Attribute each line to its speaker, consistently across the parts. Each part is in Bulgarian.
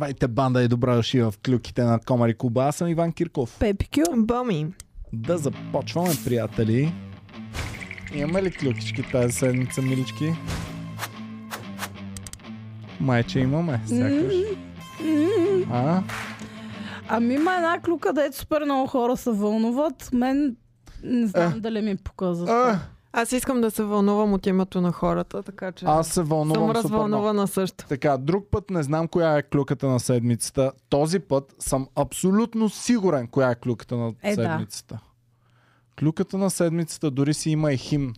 Speaker 1: Вайте банда и добра дошли в клюките на Комари Куба. Аз съм Иван Кирков.
Speaker 2: Пепи Боми.
Speaker 1: Да започваме, приятели. Имаме ли клюкички тази седмица, милички? Майче имаме, сякаш. А?
Speaker 3: Ами има една клюка, дето супер много хора се вълнуват. Мен не знам
Speaker 1: А.
Speaker 3: дали ми показва.
Speaker 1: а?
Speaker 2: Аз искам да се вълнувам от името на хората, така че
Speaker 1: Аз се
Speaker 2: съм
Speaker 1: вълнувам супер много.
Speaker 2: развълнувана също.
Speaker 1: Така, друг път не знам коя е клюката на седмицата. Този път съм абсолютно сигурен коя е клюката на
Speaker 3: Е, да.
Speaker 1: седмицата. Клюката на седмицата дори си има и химн.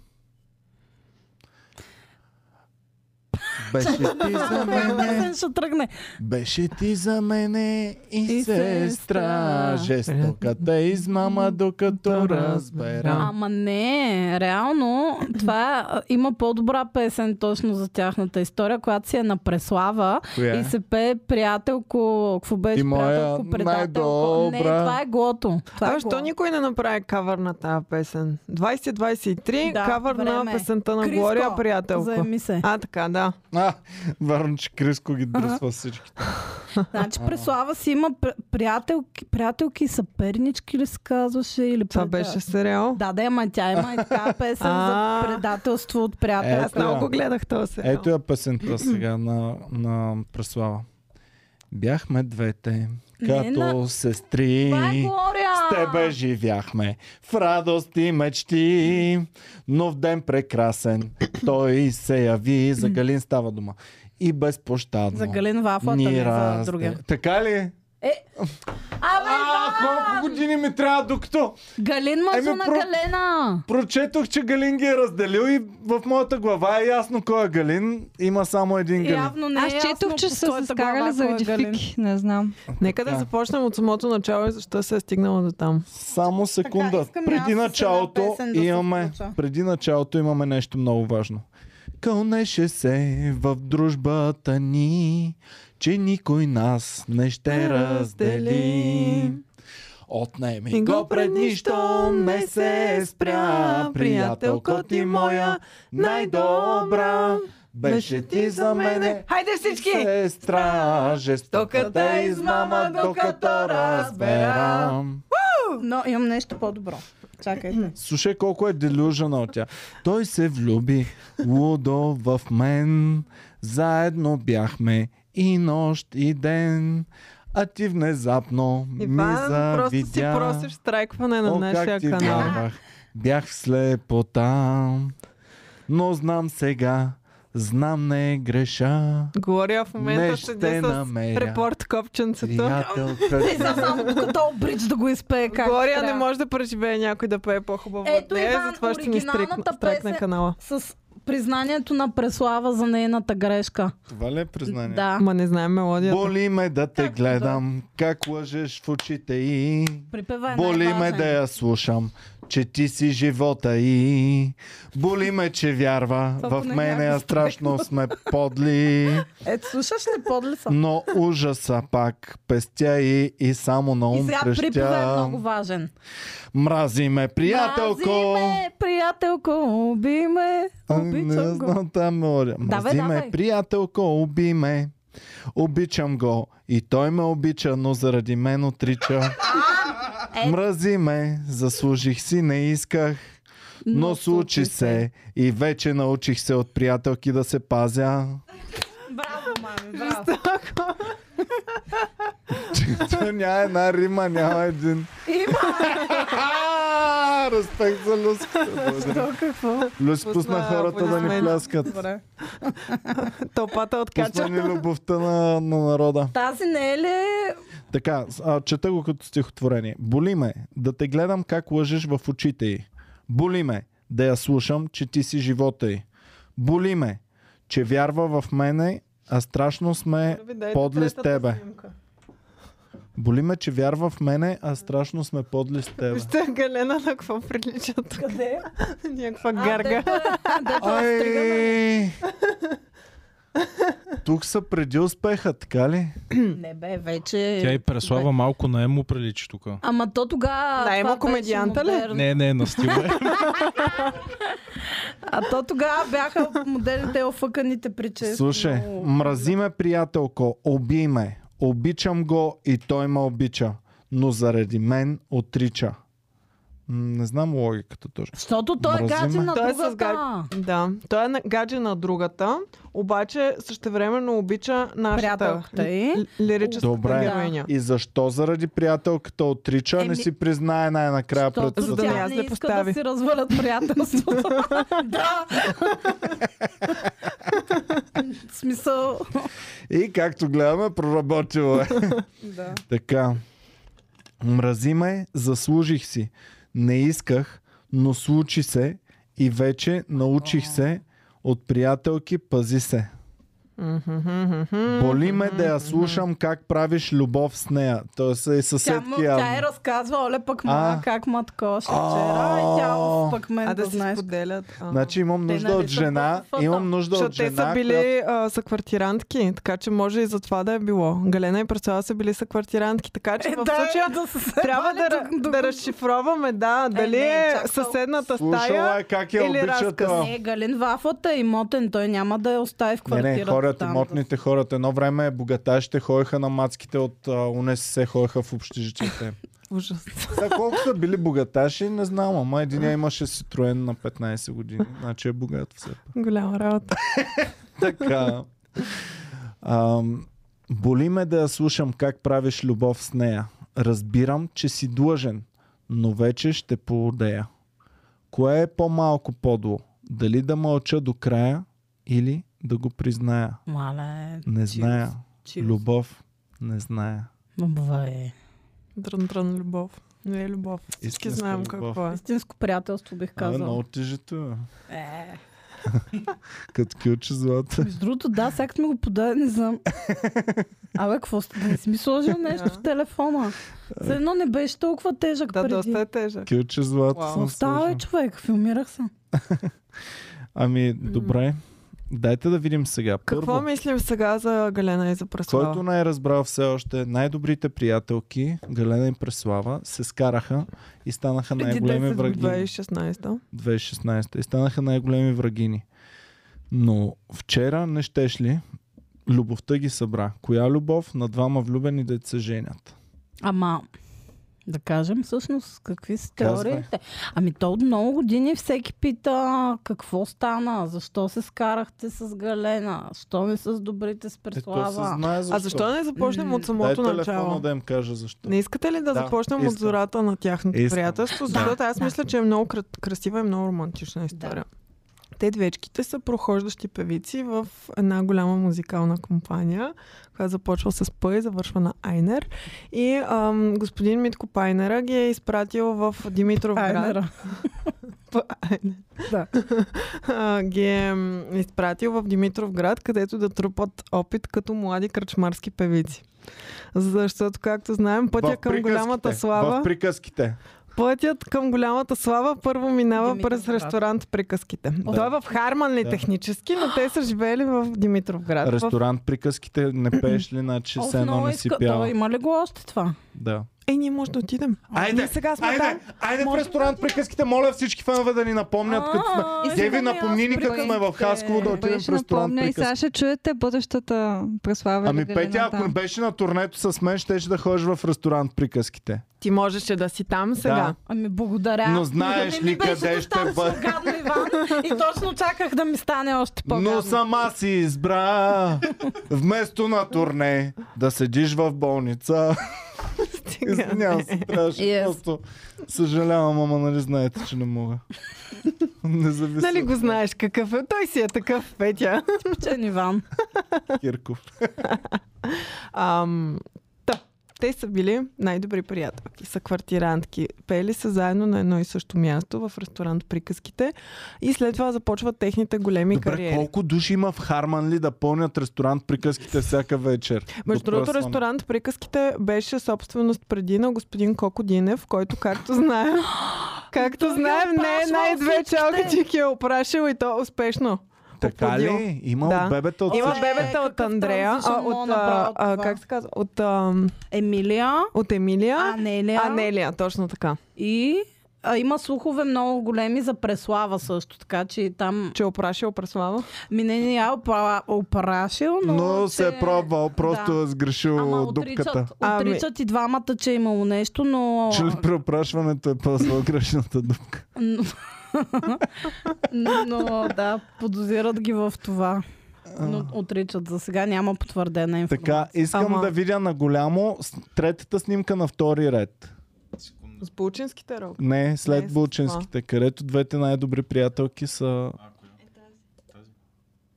Speaker 1: Беше ти за
Speaker 3: Коя
Speaker 1: мене,
Speaker 3: песен ще тръгне?
Speaker 1: беше ти за мене и
Speaker 3: И
Speaker 1: сестра.
Speaker 3: сестра.
Speaker 1: Жестоката измама, докато
Speaker 2: Да
Speaker 1: разбера.
Speaker 2: разбера.
Speaker 3: Ама не, реално това а, има по-добра песен точно за тяхната история, която си е на Преслава
Speaker 1: Коя е?
Speaker 3: и се пее приятелко, какво
Speaker 1: Ти
Speaker 3: беше
Speaker 1: моя
Speaker 3: приятелко, предателко. Не,
Speaker 1: най-добра.
Speaker 3: това е глото. Това е
Speaker 2: А що
Speaker 3: глото.
Speaker 2: никой не направи кавър на тази песен? 2023,
Speaker 3: Да,
Speaker 2: кавър на
Speaker 3: време е.
Speaker 2: песента на
Speaker 3: Криско,
Speaker 2: Глория, приятелко.
Speaker 3: Заеми се.
Speaker 2: А, така, да.
Speaker 1: А, вярно, че Криско ги дръсва всички.
Speaker 3: Значи Преслава си има пр- приятелки, приятелки и съпернички ли се казваше? Или
Speaker 2: Това
Speaker 3: пред-
Speaker 2: беше сериал.
Speaker 3: Да, да, ама тя има и така песен за
Speaker 2: А.
Speaker 3: предателство от приятел.
Speaker 1: Е.
Speaker 2: Аз много го гледах този сериал.
Speaker 1: Ето я песента сега на, на Преслава. Бяхме двете, като
Speaker 3: на-
Speaker 1: сестри.
Speaker 3: Това е Глория!
Speaker 1: С тебе живяхме в радост и мечти, но в ден прекрасен той се яви. За Галин става дума. И безпощадно.
Speaker 3: За Галин Вафлата,
Speaker 1: ни
Speaker 3: не за
Speaker 1: разде.
Speaker 3: другия.
Speaker 1: Така ли?
Speaker 3: Абе,
Speaker 1: А, колко години ми трябва, докато
Speaker 3: Галин мъжа
Speaker 1: Еми,
Speaker 3: на
Speaker 1: про-
Speaker 3: Галена!
Speaker 1: прочетох, че Галин ги е разделил и в моята глава е ясно кой е Галин. Има само един Галин.
Speaker 3: Явно не е
Speaker 4: Аз четох,
Speaker 3: ясно
Speaker 4: че
Speaker 3: по
Speaker 4: са
Speaker 3: твоята
Speaker 4: се скарали
Speaker 3: глава
Speaker 4: заради
Speaker 3: кой е Галин.
Speaker 4: фики. Не знам.
Speaker 2: Нека да
Speaker 1: Така.
Speaker 2: започнем от самото начало и защо се е стигнала до там.
Speaker 1: Само секунда.
Speaker 3: искам и аз с
Speaker 1: преди
Speaker 3: една
Speaker 1: началото
Speaker 3: песен да се
Speaker 1: имаме,
Speaker 3: включа.
Speaker 1: преди началото имаме нещо много важно. Кълнеше се в дружбата ни, че никой нас не ще
Speaker 2: Не
Speaker 1: раздели.
Speaker 2: раздели.
Speaker 1: Отнеми
Speaker 2: И
Speaker 1: го пред нищо, не се спря, приятелко ти моя най-добра. Беше ти за мене,
Speaker 2: Хайде всички!
Speaker 1: сестра, жестоката измама, докато разберам.
Speaker 3: Но имам нещо по-добро. Чакайте.
Speaker 1: Слушай колко е делюжена от тя. Той се влюби лудо в мен. Заедно бяхме и нощ и ден. А ти внезапно ми
Speaker 2: Иван, просто си
Speaker 1: завидя.
Speaker 2: просиш страйкване на
Speaker 1: О,
Speaker 2: нашия
Speaker 1: как ти
Speaker 2: канал.
Speaker 1: вярвах. Бях в слепота. Но знам сега, знам не е греша.
Speaker 2: Глория в
Speaker 1: Не
Speaker 2: момента
Speaker 1: ще
Speaker 2: седи с
Speaker 1: намеря.
Speaker 2: репорт копченцето.
Speaker 1: Приятелка.
Speaker 3: Ти за само като обрич да го изпее как
Speaker 2: Глория не
Speaker 3: трябва.
Speaker 2: може да преживее някой да пее по-хубаво
Speaker 3: Ето,
Speaker 2: от нея,
Speaker 3: Иван,
Speaker 2: затова ще ни стрикна,
Speaker 3: оригиналната
Speaker 2: стрекне
Speaker 3: песен-
Speaker 2: канала.
Speaker 3: С признанието на Преслава за нейната грешка.
Speaker 1: Това ли е признание?
Speaker 3: Да.
Speaker 2: Ма не знаем мелодията.
Speaker 1: Боли ме да те
Speaker 3: Както
Speaker 1: гледам, как лъжеш в очите и.
Speaker 3: Припева е
Speaker 1: Боли ме
Speaker 3: най-важен.
Speaker 1: да я слушам, че ти си живота и. Боли ме, че вярва
Speaker 3: Това
Speaker 1: в
Speaker 3: поне
Speaker 1: мене,
Speaker 3: някак
Speaker 1: а страшно сме подли.
Speaker 3: Е, слушаш ли подли съм?
Speaker 1: Но ужаса пак пестя и, и само на
Speaker 3: И
Speaker 1: ум
Speaker 3: сега припева е
Speaker 1: крещя.
Speaker 3: много важен.
Speaker 1: Мрази ме, приятелко.
Speaker 3: Мрази ме, приятелко, уби ме,
Speaker 1: А,
Speaker 3: обичам
Speaker 1: Не
Speaker 3: го.
Speaker 1: знам там мелодия.
Speaker 3: Давай,
Speaker 1: Мрази ме,
Speaker 3: давай.
Speaker 1: приятелко, уби ме. Обичам го. И той ме обича, но заради мен отрича.
Speaker 3: Е.
Speaker 1: Мрази ме, заслужих си, не исках. Но случи се и вече научих се от приятелки да се пазя.
Speaker 3: Браво, мами, браво.
Speaker 1: То няма една рима, няма един.
Speaker 3: Има
Speaker 1: А, Респект за Люско.
Speaker 3: то е, какво.
Speaker 1: Люс пусна
Speaker 2: Пусна
Speaker 1: хората да ни
Speaker 2: аплодисменти.
Speaker 1: пляскат.
Speaker 3: Добре.
Speaker 2: Тълпата откача.
Speaker 1: Пусна ни любовта на, на народа.
Speaker 3: Тази не е ли...
Speaker 1: Така, с- а, чета го като стихотворение. Боли ме да те гледам как лъжеш в очите й. Боли ме да я слушам, че ти си живота й. Боли ме, че вярва в мене, а страшно сме
Speaker 2: Видайте
Speaker 1: подли с
Speaker 2: третата
Speaker 1: тебе.
Speaker 2: снимка.
Speaker 1: Боли ме, че вярва в мене, а страшно сме подли с тебе.
Speaker 2: Вижте Галена на какво прилича тук.
Speaker 3: Къде?
Speaker 2: Някаква
Speaker 3: А,
Speaker 2: гарга.
Speaker 3: дето е- дето е стригана.
Speaker 1: Ай! Тук са преди успеха, така ли?
Speaker 3: Не бе, вече...
Speaker 5: Тя и Преслава малко на емо прилича тук.
Speaker 3: Ама то тогава...
Speaker 2: Да, има
Speaker 3: това беше
Speaker 2: комедианта ли?
Speaker 3: модерно.
Speaker 5: Не, не, на стила е.
Speaker 3: А то тогава бяха моделите офъканите прически.
Speaker 1: Слушай,
Speaker 3: много-
Speaker 1: мрази ме, приятелко, уби ме. Обичам го и той ме обича, но заради мен отрича. М, Не знам логиката точно.
Speaker 3: Защото той е
Speaker 1: Мрази
Speaker 3: гадже
Speaker 1: ме.
Speaker 3: на
Speaker 2: Той е с
Speaker 3: другата.
Speaker 2: Да, той е на- гадже на другата, обаче същевременно обича нашата
Speaker 3: Приятелката й.
Speaker 2: л- лирическата
Speaker 1: Добре.
Speaker 2: героиня.
Speaker 1: И защо заради приятелката отрича, не
Speaker 3: Еми,
Speaker 1: си признае най-накрая пред
Speaker 3: Защото
Speaker 2: за да
Speaker 1: света?
Speaker 2: не
Speaker 3: тя
Speaker 2: аз
Speaker 3: не
Speaker 2: да
Speaker 3: иска
Speaker 2: постави.
Speaker 3: да си развалят приятелството. да! В смисъл...
Speaker 1: И както гледаме, проработила е.
Speaker 3: Да.
Speaker 1: Така. Мрази ме, заслужих си. Не исках, но случи се и вече научих се от приятелки пази се. Боли ме да я слушам как правиш любов с нея. Тоест и
Speaker 3: Тя,
Speaker 1: съседки
Speaker 3: му, тя е
Speaker 1: явно.
Speaker 3: разказва, оле пък
Speaker 1: А.
Speaker 3: ма, как ма такова ще
Speaker 1: А.
Speaker 3: вчера. И тя оф, пък мен
Speaker 2: А
Speaker 3: да
Speaker 2: да си
Speaker 3: знаеш.
Speaker 2: споделят. а.
Speaker 1: Значи имам
Speaker 3: Те
Speaker 1: нужда
Speaker 3: нали
Speaker 1: от
Speaker 3: са
Speaker 1: жена,
Speaker 3: по-фото?
Speaker 1: имам нужда от
Speaker 2: Защото те са
Speaker 1: жена, която-
Speaker 2: били а, съквартирантки, така че може и за това да е било. Галена и Пресела са били съквартирантки, така че
Speaker 3: Е,
Speaker 2: в
Speaker 3: да,
Speaker 2: случая
Speaker 3: да се
Speaker 2: трябва да,
Speaker 3: събавят
Speaker 2: да,
Speaker 3: до-
Speaker 2: да
Speaker 3: до-
Speaker 2: разшифроваме, да, дали
Speaker 3: не,
Speaker 2: е
Speaker 3: чакай.
Speaker 2: съседната
Speaker 1: слушала
Speaker 2: стая.
Speaker 1: е как я
Speaker 2: или разказ.
Speaker 1: обичата.
Speaker 3: Не, Галин Вафата е имотен, той няма да я остави в
Speaker 1: Не,
Speaker 3: квартирата.
Speaker 1: не, хората,
Speaker 3: там.
Speaker 1: мотните хората. Едно време богаташите ходеха на мацките от а, УНСС, ходеха в общежитите.
Speaker 2: Ужас.
Speaker 1: Сега колко са били богаташи, не знам, ама един имаше Ситроен на 15 години. Значи е богат все пак.
Speaker 2: Голяма работа.
Speaker 1: Така. Ам, боли ме да я слушам как правиш любов с нея. Разбирам, че си длъжен, но вече ще поудея. Кое е по-малко подло? Дали да мълча до края или да го призная?
Speaker 3: Мале,
Speaker 1: Не
Speaker 3: чил,
Speaker 1: зная.
Speaker 3: чил.
Speaker 1: Любов не зная.
Speaker 3: Добре.
Speaker 2: Дрън-дрън любов. Не е любов. Всички
Speaker 1: Истинска
Speaker 2: знаем
Speaker 1: любов.
Speaker 2: какво е.
Speaker 3: Истинско приятелство бих
Speaker 1: Казвам. Много
Speaker 3: казал.
Speaker 1: тежето. е.
Speaker 3: Е,
Speaker 1: Като кюче злата.
Speaker 3: Между другото, да, сега като ми го подаде, не знам. Абе, какво сте? Да не си ми сложил нещо
Speaker 2: Да.
Speaker 3: в телефона. За едно не беше толкова тежък
Speaker 2: Да,
Speaker 3: преди.
Speaker 2: доста е тежък.
Speaker 1: Кюче злата
Speaker 2: Вау.
Speaker 1: съм
Speaker 3: Остава е
Speaker 1: сложил.
Speaker 3: човек, филмирах се.
Speaker 1: Ами, добре. Дайте да видим сега.
Speaker 2: Какво
Speaker 1: Първо,
Speaker 2: мислим сега за Галена и за
Speaker 1: който
Speaker 2: Преслава?
Speaker 1: не е разбрал все още, най-добрите приятелки, Галена и Преслава, се скараха и станаха
Speaker 3: Преди
Speaker 1: най-големи
Speaker 3: 10
Speaker 1: враги.
Speaker 2: 2016.
Speaker 1: 2016 и станаха най-големи врагини. Но вчера не щеш ли, любовта ги събра. Коя любов на двама влюбени да се женят?
Speaker 3: Ама, да кажем всъщност какви са
Speaker 1: Казвай.
Speaker 3: теориите. Ами то от много години всеки пита какво стана, защо се скарахте с Галена, що не с добрите с
Speaker 1: Ето Е, се
Speaker 3: Преслава.
Speaker 1: знае защо.
Speaker 2: А защо не започнем
Speaker 3: М,
Speaker 2: от
Speaker 1: Дай
Speaker 2: самото
Speaker 1: телефона
Speaker 2: начало?
Speaker 1: да им кажа защо.
Speaker 2: Не искате ли
Speaker 1: Да,
Speaker 2: да, започнем
Speaker 1: искам.
Speaker 2: от зората на тяхното
Speaker 1: Искам.
Speaker 2: приятелство? Защото аз мисля, че е много кра- красива и много романтична история. Те двечките са прохождащи певици в една голяма музикална компания, която започва с П и завършва на Айнер. И ам, господин Митко Пайнера ги е изпратил в Димитров град.
Speaker 3: Айнера. Да.
Speaker 2: А, ги е м, изпратил в Димитров град, където да трупат опит като млади кръчмарски певици. Защото, както знаем, пътя
Speaker 1: В
Speaker 2: към
Speaker 1: приказките,
Speaker 2: голямата
Speaker 1: В
Speaker 2: слава,
Speaker 1: приказките.
Speaker 2: пътят към голямата слава първо минава
Speaker 3: Димитров
Speaker 2: през
Speaker 3: град.
Speaker 2: ресторант Приказките. Той е в Харман ли
Speaker 1: Да.
Speaker 2: технически, но те са живеели в Димитров град. В...
Speaker 1: Ресторант приказките не пееш ли, значи
Speaker 3: Оф,
Speaker 1: се едно
Speaker 3: много
Speaker 1: не си
Speaker 3: иска.
Speaker 1: пял.
Speaker 3: То, има ли го още това?
Speaker 1: Да.
Speaker 2: Е, ние може да отидем.
Speaker 1: Айде,
Speaker 2: ние сега сме там.
Speaker 1: Айде, айде в
Speaker 2: Може-
Speaker 1: ресторант приказките, моля всички фенове да ни напомнят
Speaker 3: А,
Speaker 1: като
Speaker 3: и
Speaker 1: сме. Деви,
Speaker 3: сега ми аз
Speaker 1: напомни ни като сме в
Speaker 3: приказките.
Speaker 1: Хасково да отидем в
Speaker 4: Беше
Speaker 1: ресторант
Speaker 4: напомня и сега
Speaker 1: приказки.
Speaker 4: ще чуете бъдещата преслава.
Speaker 1: Ами
Speaker 4: Галина
Speaker 1: Петя, ако
Speaker 4: там.
Speaker 1: не беше на турнето с мен, щеше да ходиш в ресторант приказките.
Speaker 2: Ти можеше да си там сега.
Speaker 3: Ами благодаря.
Speaker 1: Но знаеш
Speaker 3: Не ми
Speaker 1: ли
Speaker 3: беше
Speaker 1: къде ще
Speaker 3: достатъчно
Speaker 1: бъде?
Speaker 3: гадно, Иван, и точно чаках да ми стане още по-гадно.
Speaker 1: Но сама си избра вместо на турне да седиш в болница.
Speaker 2: Стига.
Speaker 1: Извинявам се, трябваше
Speaker 3: Yes.
Speaker 1: просто. Съжалявам, ама нали знаете, че не мога. Независимо.
Speaker 2: Нали го знаеш какъв е? Той си е такъв, Петя.
Speaker 3: Типичен Иван.
Speaker 1: Кирков.
Speaker 2: Ам, та, те са били най-добри приятелки, са квартирантки. Пели са заедно на едно и също място в ресторант Приказките и след това започват техните големи
Speaker 1: Добре,
Speaker 2: кариери.
Speaker 1: колко души има в Харман ли да пълнят ресторант приказките всяка вечер?
Speaker 2: Между другото,
Speaker 1: Докъсвам.
Speaker 2: ресторант Приказките беше собственост преди на господин Коко Динев, който, както знаем, както
Speaker 3: Той ги
Speaker 2: знаем, не е
Speaker 3: опрашвал
Speaker 2: най-две
Speaker 3: всичките.
Speaker 2: чалки, че ги е опрашил и то успешно.
Speaker 1: Така
Speaker 2: Оплодил.
Speaker 1: ли? Има
Speaker 2: Да.
Speaker 1: от бебета от...
Speaker 2: Има
Speaker 3: Е,
Speaker 2: бебета от
Speaker 3: какъв
Speaker 2: Андрея, а,
Speaker 3: транзишън мога
Speaker 2: от, а,
Speaker 3: направо
Speaker 2: а,
Speaker 3: това.
Speaker 2: как се казва, от, ам,
Speaker 3: Емилия,
Speaker 2: от Емилия,
Speaker 3: Анелия,
Speaker 2: Анелия, точно така.
Speaker 3: и А, има слухове много големи за Преслава също, така че и там
Speaker 2: Че е опрашил Преслава.
Speaker 3: ми не ни я опра... опрашил, но...
Speaker 1: Но
Speaker 3: че...
Speaker 1: се е пробвал, просто
Speaker 3: Да.
Speaker 1: е сгрешил
Speaker 3: Ама
Speaker 1: дупката.
Speaker 3: отричат, отричат и двамата, че е имало нещо, но...
Speaker 1: Че ли при опрашването е пълзвал грешната дупка?
Speaker 3: но... но да, подозират ги в това. Но отричат за сега, няма потвърдена информация.
Speaker 1: Така, искам
Speaker 2: Ама-
Speaker 1: да видя на голямо с- третата снимка на втори ред.
Speaker 2: С булчинските рог.
Speaker 1: Не,
Speaker 2: Не, с
Speaker 1: след
Speaker 2: това.
Speaker 1: Булчинските, където двете най-добри приятелки са...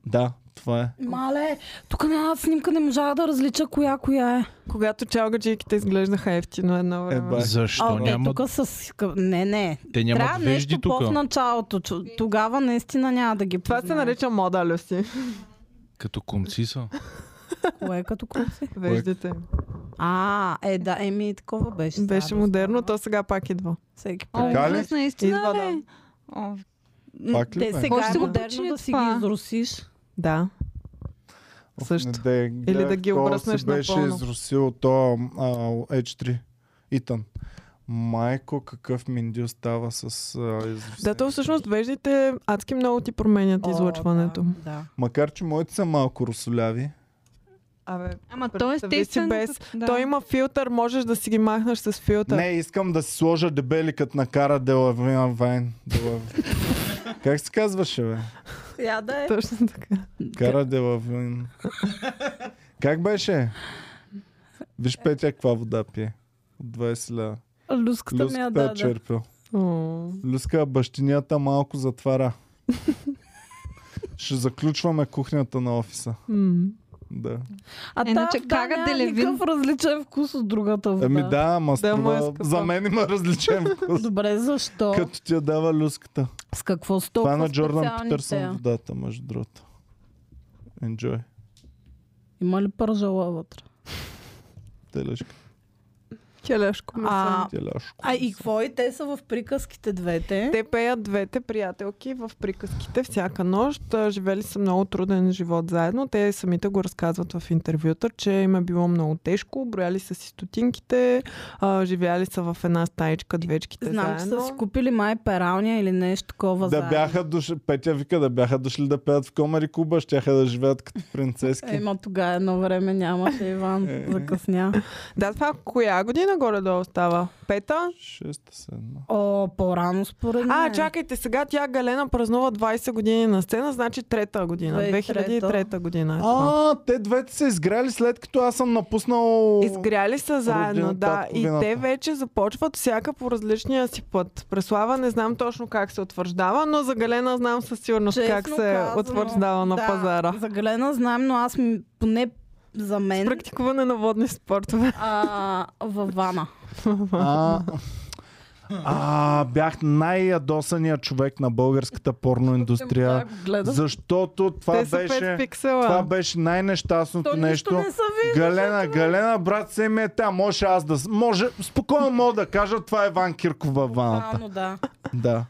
Speaker 1: Да, това е.
Speaker 3: Мале, тук на една снимка не можа да различа коя коя е.
Speaker 2: Когато чалгаджийките изглеждаха ефтино едно
Speaker 1: Е,
Speaker 2: време.
Speaker 1: бай.
Speaker 5: Защо
Speaker 3: а,
Speaker 5: няма...
Speaker 3: е, тук с... къ- Не, не.
Speaker 5: Те
Speaker 3: Трябва
Speaker 5: нямат вежди
Speaker 3: нещо
Speaker 5: тук.
Speaker 3: по-в началото. чу- Тогава наистина няма да ги
Speaker 2: Това
Speaker 3: познаем.
Speaker 2: се нарича мода, Люси.
Speaker 5: Като конци са.
Speaker 3: Кое е като курси?
Speaker 2: Виждате.
Speaker 3: А, е да, еми такова беше.
Speaker 2: Беше
Speaker 3: старост,
Speaker 2: модерно,
Speaker 3: ама
Speaker 2: то сега пак идва.
Speaker 3: Всеки
Speaker 4: О,
Speaker 1: Така ли?
Speaker 4: ужас, наистина
Speaker 2: Идва, да.
Speaker 4: бе. О, м,
Speaker 1: Пак ли?
Speaker 3: Те
Speaker 1: бе?
Speaker 3: сега
Speaker 4: Кой ще
Speaker 3: е
Speaker 4: го
Speaker 3: модерно
Speaker 4: причини
Speaker 3: да си ги
Speaker 4: това?
Speaker 3: изрусиш.
Speaker 2: Да.
Speaker 1: Оф,
Speaker 2: също.
Speaker 1: не Де, гледах
Speaker 2: да ги
Speaker 1: колко
Speaker 2: обръснеш
Speaker 1: се беше
Speaker 2: напълно.
Speaker 1: изрусил то H3. Итан. Майко, какъв миндил става с а, изрусение.
Speaker 2: Да, то всъщност веждите адски много ти променят
Speaker 3: О,
Speaker 2: излъчването.
Speaker 3: Да, да.
Speaker 1: Макар, че моите са малко русоляви.
Speaker 2: Абе,
Speaker 4: Ама той
Speaker 2: представи си
Speaker 4: естествено...
Speaker 2: без-
Speaker 4: Да.
Speaker 2: той има филтър, можеш да си ги махнеш с филтър.
Speaker 1: Не, искам да си сложа дебели като на Кара Делавина Вайн. Делавин. как се казваше, бе?
Speaker 3: Я да е.
Speaker 2: Точно така.
Speaker 1: Кара Делавин. как беше? Виж Петя каква вода пие. От 20 ля.
Speaker 3: Люската ми я
Speaker 1: Люската е
Speaker 3: даде.
Speaker 1: черпил.
Speaker 2: О,
Speaker 1: Люска, бащинята малко затваря. Ще заключваме кухнята на офиса.
Speaker 2: м.
Speaker 1: Да.
Speaker 3: А
Speaker 4: Иначе
Speaker 3: та,
Speaker 4: кара
Speaker 3: да,
Speaker 4: Делевин.
Speaker 3: Никакъв различен вкус от другата вода.
Speaker 1: Ами да, ама
Speaker 2: Да, ама е
Speaker 1: струва...
Speaker 2: скъпа.
Speaker 1: за мен има различен вкус.
Speaker 3: Добре, защо?
Speaker 1: като ти я дава люската.
Speaker 3: С какво сто?
Speaker 1: Това е на Джордан Питърсън водата, между другото. Enjoy.
Speaker 3: Има ли пържала вътре?
Speaker 1: Телешка,
Speaker 2: Келешко месо.
Speaker 3: А,
Speaker 1: теляшко.
Speaker 3: а и какво и те са в приказките двете?
Speaker 2: Те пеят двете приятелки в приказките всяка нощ. А, Живели са много труден живот заедно. Те самите го разказват в интервюта, че им е било много тежко. Брояли са си стотинките, а, живяли са в една стаичка, двечките
Speaker 3: Знам, че
Speaker 2: заедно.
Speaker 3: са си купили май пералня или нещо такова
Speaker 1: Да
Speaker 3: заедно.
Speaker 1: бяха дошли, Петя вика, да бяха дошли да пеят в Комари Куба, щяха да живеят като принцески.
Speaker 3: Ема Е, тогава едно време нямаше Иван,
Speaker 1: Е.
Speaker 3: закъсня.
Speaker 2: Да, това коя година горе-долу става? Пета?
Speaker 1: Шеста, седма.
Speaker 3: О, по-рано според мен.
Speaker 2: А, чакайте, сега тя Галена празнува 20 години на сцена, значи трета година.
Speaker 3: 2003.
Speaker 2: 2003 година е това.
Speaker 1: А, те двете са изграли след като аз съм напуснал...
Speaker 2: Изгряли са заедно,
Speaker 1: Родината,
Speaker 2: да. И
Speaker 1: половината.
Speaker 2: те вече започват всяка по различния си път. Преслава не знам точно как се утвърждава, но за Галена знам със сигурност
Speaker 3: Честно
Speaker 2: как се
Speaker 3: казано,
Speaker 2: утвърждава на
Speaker 3: да,
Speaker 2: пазара.
Speaker 3: За Галена знам, но аз ми, поне за мен
Speaker 2: Практикуване на водни спортове.
Speaker 3: а, във вана.
Speaker 1: А, а, бях най-ядосания човек на българската порноиндустрия. Защото това
Speaker 2: те са 5
Speaker 1: беше...
Speaker 2: пиксела.
Speaker 1: Това беше най-нещастното
Speaker 3: То
Speaker 1: нещо.
Speaker 3: нищо не са ви.
Speaker 1: Галена, Галена, брат, се ми е там. Може аз да... с- Може, спокойно мога да кажа, това е Иван Кирков във ваната.
Speaker 3: Буквално, да.
Speaker 1: Да.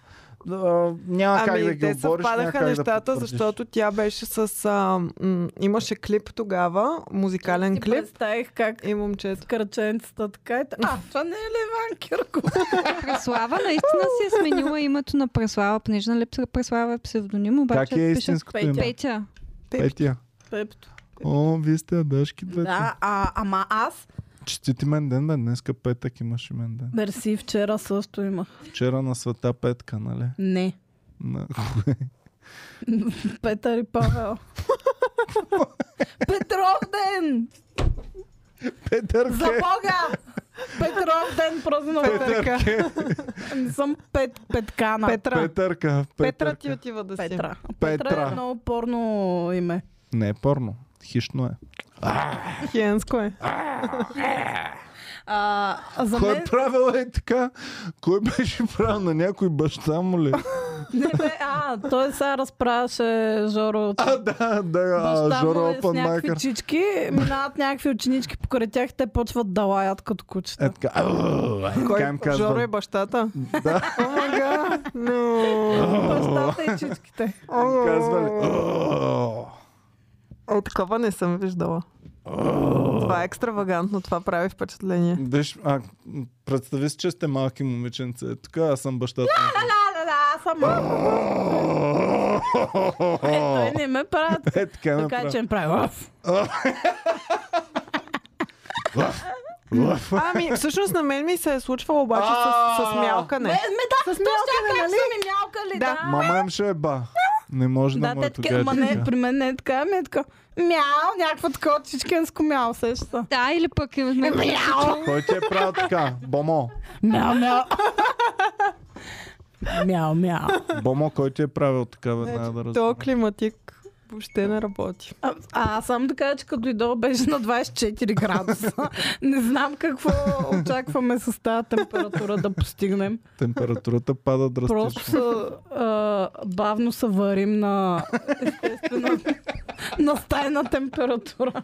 Speaker 1: А, няма как
Speaker 2: Ами,
Speaker 1: да ги
Speaker 2: те
Speaker 1: обориш, няма
Speaker 2: съвпадаха
Speaker 1: как
Speaker 2: нещата,
Speaker 1: да потвърдиш.
Speaker 2: защото тя беше с... А, м- имаше клип тогава, музикален
Speaker 3: Ти
Speaker 2: клип.
Speaker 3: Представих как
Speaker 2: И момчето.
Speaker 3: кръченцата така и та- А, това не е ли Иван Кирков?
Speaker 4: Преслава наистина си е сменила името на Преслава, понеже нали Преслава е псевдоним, обаче
Speaker 1: Как е
Speaker 4: пише
Speaker 1: истинското
Speaker 3: Петя.
Speaker 1: име?
Speaker 4: Петя.
Speaker 1: Петя.
Speaker 3: Пепто.
Speaker 1: О, вие сте адашки двете.
Speaker 3: Да, а, ама аз,
Speaker 1: Честити мен ден, бе. Днеска петък имаше мен ден.
Speaker 3: мерси, вчера също имах.
Speaker 1: Вчера на света петка, нали?
Speaker 3: Не.
Speaker 1: На...
Speaker 3: Петър и Павел. Петров ден!
Speaker 1: Петър
Speaker 3: За
Speaker 1: Ке.
Speaker 3: Бога! Петров ден празнуваме.
Speaker 1: Петър Ке.
Speaker 3: Не съм пет, петкана.
Speaker 2: Петра.
Speaker 1: Петърка.
Speaker 2: Петра ти
Speaker 1: Петърка.
Speaker 2: отива да си.
Speaker 3: Петра. Петра
Speaker 1: Петра.
Speaker 3: е много порно име.
Speaker 1: Не е порно. Хищно е.
Speaker 2: Хиенско е.
Speaker 1: Ами
Speaker 3: А, а за
Speaker 1: Кой
Speaker 3: мен...
Speaker 1: е правил е така? Кой беше правил на някой баща му ли?
Speaker 3: Не, бе, а, той сега разправяше Жоро от
Speaker 1: А, да, да, а,
Speaker 3: баща
Speaker 1: Жоро
Speaker 3: му е с някакви
Speaker 1: Опенмайкър.
Speaker 3: чички, минават някакви ученички покрай тях, те почват да лаят като
Speaker 1: Е
Speaker 3: кучета.
Speaker 1: така. «Ау», е
Speaker 2: Кой
Speaker 1: Така им
Speaker 2: Жоро е
Speaker 1: казва.
Speaker 2: бащата.
Speaker 1: Да,
Speaker 2: Омага.
Speaker 3: Бащата и
Speaker 1: Ами
Speaker 3: чичките.
Speaker 1: им казва ли. «Ау».
Speaker 2: Е, такова не съм виждала. Това е екстравагантно, това прави впечатление.
Speaker 1: Виж, а, м, представи си, че сте малки момиченце. Е, Тук аз съм бащата.
Speaker 3: Да, да, да, аз съм малко. Е, той не ме правят.
Speaker 1: Е, така ме
Speaker 3: Така
Speaker 1: прави.
Speaker 3: че им прави. Оф.
Speaker 2: Ами, всъщност на мен ми се е случвало обаче с, с мялкане.
Speaker 3: Ме, Е, ме, да, с мялкане, нали? Са ми мялкали,
Speaker 2: Да.
Speaker 3: да.
Speaker 1: Мама им ще е ба. Не може да,
Speaker 3: Да,
Speaker 1: му
Speaker 3: те
Speaker 1: е
Speaker 3: така, ама
Speaker 1: тогава.
Speaker 3: не, при мен не е така, ми е така. Мяу, някаква такова чичкенско мяу, сеща.
Speaker 4: Да, или пък е
Speaker 1: Ами,
Speaker 3: Мяу,
Speaker 1: Кой ти е правил така? Бомо.
Speaker 3: мяу, мяу. Мяу, мяу.
Speaker 1: Бомо, кой ти е правил така,
Speaker 3: Значи
Speaker 1: веднага да разбера.
Speaker 2: То климатик въобще не работи.
Speaker 3: А, а аз само да кажа, че като дойдох беше на 24 градуса. Не знам какво очакваме с тази температура да постигнем.
Speaker 1: Температурата пада
Speaker 3: Просто
Speaker 1: драстично.
Speaker 3: са, а, бавно се варим на естествено на стайна температура.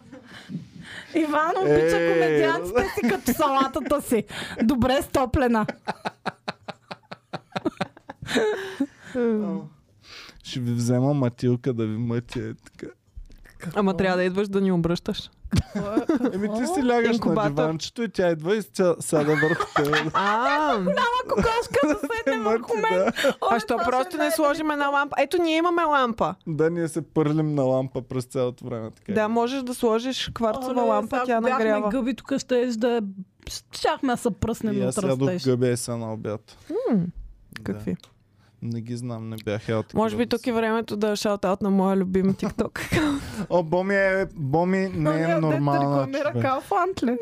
Speaker 3: Иван обича
Speaker 1: Е.
Speaker 3: комедианците си като салатата си. Добре стоплена.
Speaker 1: Ще ви взема матилка да ви мътя. Е, така.
Speaker 2: Ама трябва да идваш да ни обръщаш.
Speaker 1: Еми ти си лягаш на
Speaker 2: Инкубатор.
Speaker 1: диванчето и тя идва и тя сяда върху теб. Е,
Speaker 2: А,
Speaker 3: Ако кокошка да седне върху мен.
Speaker 1: да,
Speaker 2: а що просто не сложим една лампа? Ето, ние имаме лампа.
Speaker 1: да, ние се пърлим на лампа през цялото време. Така. е.
Speaker 2: Да, можеш да сложиш кварцова лампа, тя нагрява.
Speaker 3: гъби, тук ще еш да... е- Щяхме да се пръснем
Speaker 1: и
Speaker 3: на
Speaker 1: аз ядох
Speaker 3: тръстеж.
Speaker 1: гъбе са на обяд.
Speaker 2: М,
Speaker 1: Да.
Speaker 2: Какви?
Speaker 1: Не ги знам, не бях ял такива
Speaker 2: Може би
Speaker 1: да
Speaker 2: тук е времето да е шаут-аут на моя любим тикток.
Speaker 1: са. О, Боми, е, Боми
Speaker 2: Ами,
Speaker 1: не е нормална. човек.
Speaker 3: Калфант ли?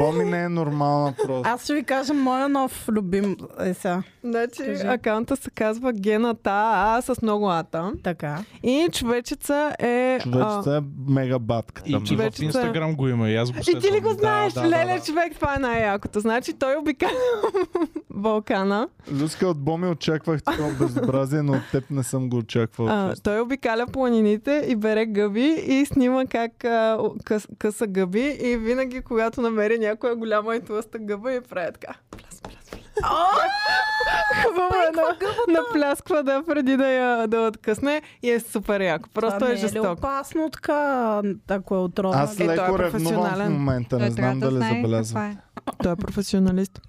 Speaker 1: Боми не е нормална просто.
Speaker 3: Аз ще ви кажа моя нов любим. Е, сега.
Speaker 2: Значи
Speaker 3: Кажи.
Speaker 2: акаунта се казва Гената А с много ата.
Speaker 3: Така.
Speaker 2: И човечеца е... а,
Speaker 1: Човечето е мега батката.
Speaker 5: И, и
Speaker 1: между
Speaker 5: в
Speaker 2: Вече-
Speaker 5: Инстаграм го има. И аз го
Speaker 2: И ти ли
Speaker 5: следвам.
Speaker 2: го знаеш,
Speaker 5: е да,
Speaker 2: да,
Speaker 5: да,
Speaker 2: Леле,
Speaker 5: да.
Speaker 2: човек, това е най-якото. Значи той обикаля Балкана.
Speaker 1: Люска от Боми очаквах такова безобразие, но от теб не съм го очаквал.
Speaker 2: А,
Speaker 1: честно.
Speaker 2: той обикаля планините и бере гъби и снима как а, о- къс, къса гъби и винаги, когато намери някоя голяма и тлъста гъба и прави така. Пляс, пляс, пляс. Хубаво е на, наплясква да преди да я да откъсне и е супер яко. Просто
Speaker 3: Това не
Speaker 2: е
Speaker 3: Е ли
Speaker 2: жестоко.
Speaker 3: опасно така, ако е отровна.
Speaker 1: Аз
Speaker 2: е, той е
Speaker 1: леко ревнувам в
Speaker 2: професионален.
Speaker 1: момента, не
Speaker 4: Той е трябва
Speaker 1: знам
Speaker 4: да
Speaker 1: дали
Speaker 4: знае
Speaker 1: забелязвам.
Speaker 4: каква е.
Speaker 2: Той е професионалист.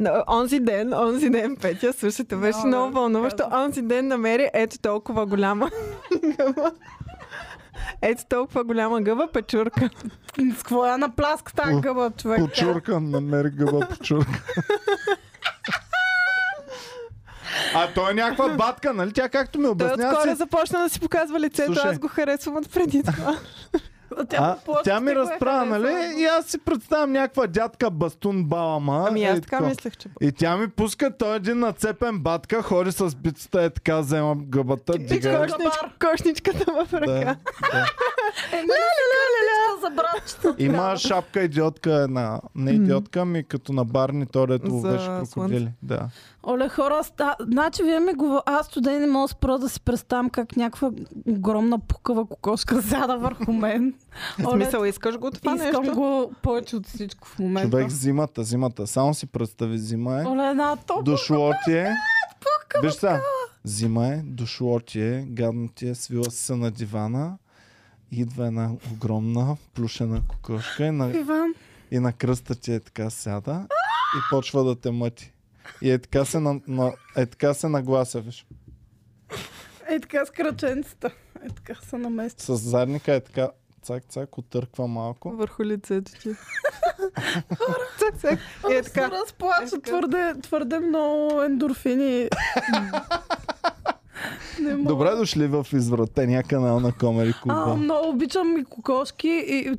Speaker 2: Но, онзи ден, онзи ден, Петя, слушайте, беше
Speaker 3: Няма да
Speaker 2: много
Speaker 3: ви
Speaker 2: вълнуващо.
Speaker 3: казвам.
Speaker 2: Онзи ден намери ето толкова голяма гъба. Ето толкова голяма гъба, печурка.
Speaker 3: С какво я напласка тази гъба, човек?
Speaker 1: Почурка, намери гъба почурка. А той е някаква батка, нали? Тя както ми
Speaker 2: Той
Speaker 1: обяснява
Speaker 2: отскоро
Speaker 1: си...
Speaker 2: започна да си показва лицето,
Speaker 1: Слушай.
Speaker 2: аз го харесвам от преди това.
Speaker 1: А,
Speaker 3: плочи
Speaker 1: тя ми
Speaker 3: го е
Speaker 1: разправя, нали? И аз си представям някаква дядка Бастун Балама.
Speaker 2: Ами
Speaker 1: е
Speaker 2: аз така
Speaker 1: такова.
Speaker 2: мислех, че...
Speaker 1: И тя ми пуска той е един нацепен батка, ходи с бицата е така, взема гъбата, дига. я.
Speaker 2: Кошнич, кошничката в
Speaker 1: Да,
Speaker 2: ръка.
Speaker 1: да.
Speaker 3: Ля, ля, ля, ля, за братчета.
Speaker 1: Има шапка идиотка една. Не идиотка, ми като на барни, то дето
Speaker 2: За
Speaker 1: беше
Speaker 2: слънце.
Speaker 1: крокодили. Да.
Speaker 3: Оле, хора, ста... значи вие ми говорите, аз студен не мога да спра да си представям как някаква огромна пукава кокошка сяда върху мен.
Speaker 2: В
Speaker 3: Оле,
Speaker 2: смисъл, искаш го това
Speaker 3: искам
Speaker 2: нещо?
Speaker 3: го повече от всичко в момента.
Speaker 1: Човек зимата, зимата. Само си представи зима е.
Speaker 3: Оле, една топ.
Speaker 1: Дошло ти е. Виж сега. Зима е, дошло ти е, гадно ти е, свила си се на дивана. Идва една огромна плюшена кокошка и на,
Speaker 3: Иван,
Speaker 1: и на кръста ти е така сяда и почва да те мъти. И е така се, на, на, е така се наглася, виж.
Speaker 3: е така с кръченцата. Е така се намести.
Speaker 1: С задника е така цак-цак, отърква малко.
Speaker 2: Върху лицето ти. Цак, цак. И е така.
Speaker 3: разплача
Speaker 2: Е така.
Speaker 3: твърде, твърде много ендорфини. не мога.
Speaker 1: Добре дошли в извратения канал на Комери
Speaker 3: А,
Speaker 1: Куба.
Speaker 3: много обичам и кокошки и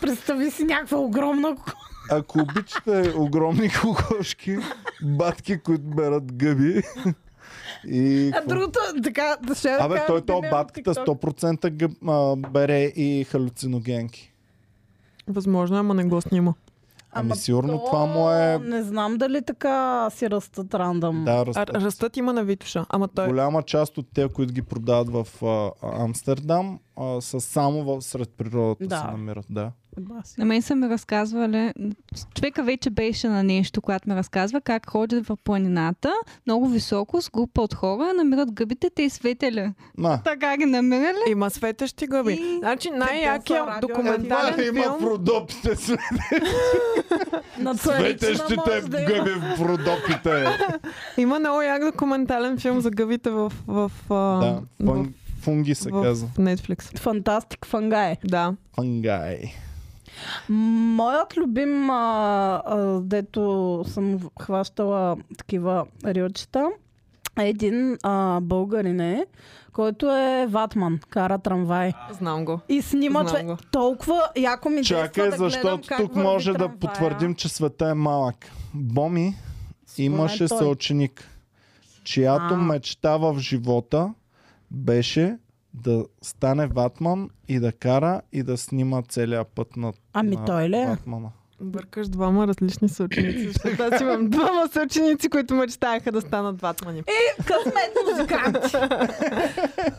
Speaker 3: представи си някаква огромна кокошка.
Speaker 1: Ако обичате огромни кокошки, батки, които берат гъби и...
Speaker 3: А
Speaker 1: какво?
Speaker 3: другото, така, да ще
Speaker 1: Абе,
Speaker 3: кажа,
Speaker 1: той то
Speaker 3: примерно,
Speaker 1: батката
Speaker 3: TikTok.
Speaker 1: 100% гъб, а, бере и халюциногенки.
Speaker 2: Възможно, е, ама не го снима.
Speaker 1: Ами
Speaker 3: Ама
Speaker 1: сигурно
Speaker 3: то
Speaker 1: това му е...
Speaker 3: Не знам дали така си растат рандъм.
Speaker 1: Да,
Speaker 2: А,
Speaker 1: растат.
Speaker 2: растът има на Витуша, ама той...
Speaker 1: Голяма част от те, които ги продават в а, а, Амстердам, а, са само в, сред природата
Speaker 3: Да.
Speaker 1: се намират. Да.
Speaker 3: баси.
Speaker 4: На мен са ми разказвали, човека вече беше на нещо, когато ми разказва как ходят в планината, много високо, с група от хора, намират гъбите, те и светели.
Speaker 1: На.
Speaker 4: Така ги намирали.
Speaker 2: Има светещи гъби.
Speaker 4: И-
Speaker 2: Значи най-якият
Speaker 3: Те са
Speaker 2: документален
Speaker 3: радио-
Speaker 2: филм...
Speaker 1: Е, има продопите,
Speaker 3: На
Speaker 1: светещите гъби в продопите.
Speaker 2: Има много як документален филм за гъбите в, в, а,
Speaker 1: Да,
Speaker 2: в,
Speaker 1: фун- фунги се
Speaker 2: в
Speaker 1: казва.
Speaker 2: Netflix.
Speaker 3: Фантастик фангай.
Speaker 2: Да.
Speaker 1: Фунгай.
Speaker 3: Моят любим, а, а, дето съм в- хващала такива рилчета, е един а, българин е, който е ватман, кара трамвай.
Speaker 2: Знам го.
Speaker 3: И снима
Speaker 2: Знам
Speaker 3: човек.
Speaker 2: го.
Speaker 3: Толкова яко ми действа
Speaker 1: Чакай,
Speaker 3: да гледам
Speaker 1: защото
Speaker 3: как
Speaker 1: тук
Speaker 3: върви
Speaker 1: може да
Speaker 3: трамвая.
Speaker 1: потвърдим, че света е малък. Боми имаше
Speaker 3: той.
Speaker 1: съученик, чиято
Speaker 3: А.
Speaker 1: мечта в живота беше да стане ватман и да кара и да снима целия път на,
Speaker 3: Ами
Speaker 1: на
Speaker 3: той ли е?
Speaker 1: ватмана.
Speaker 2: Бъркаш двама различни съученици, защото аз имам двама съученици, които мечтаяха да станат ватмани.
Speaker 3: Късмет музикант.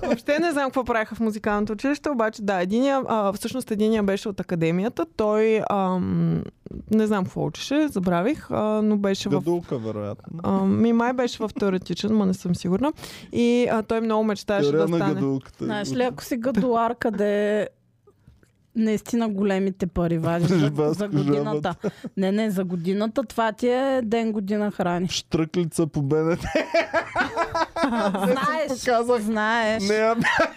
Speaker 2: Въобще не знам какво правиха в музикалното училище, обаче да, единия, а, всъщност единия беше от академията. Той ам, не знам какво учеше, забравих, а, но беше в
Speaker 1: Гадулка, вероятно.
Speaker 2: а, ми май беше в теоретичен, ма не съм сигурна. И а, той много мечтаеше
Speaker 1: Теория
Speaker 2: да
Speaker 1: на
Speaker 2: стане.
Speaker 1: гадулката.
Speaker 3: Знаеш ли, ако си гадуар, къде наистина големите пари вадиш за,
Speaker 1: Жабаска
Speaker 3: за годината. Не, не, за годината това ти е ден година храни.
Speaker 1: Штръклица по БНТ.
Speaker 3: Знаеш,
Speaker 1: Показах.
Speaker 3: знаеш,
Speaker 1: Не, я бях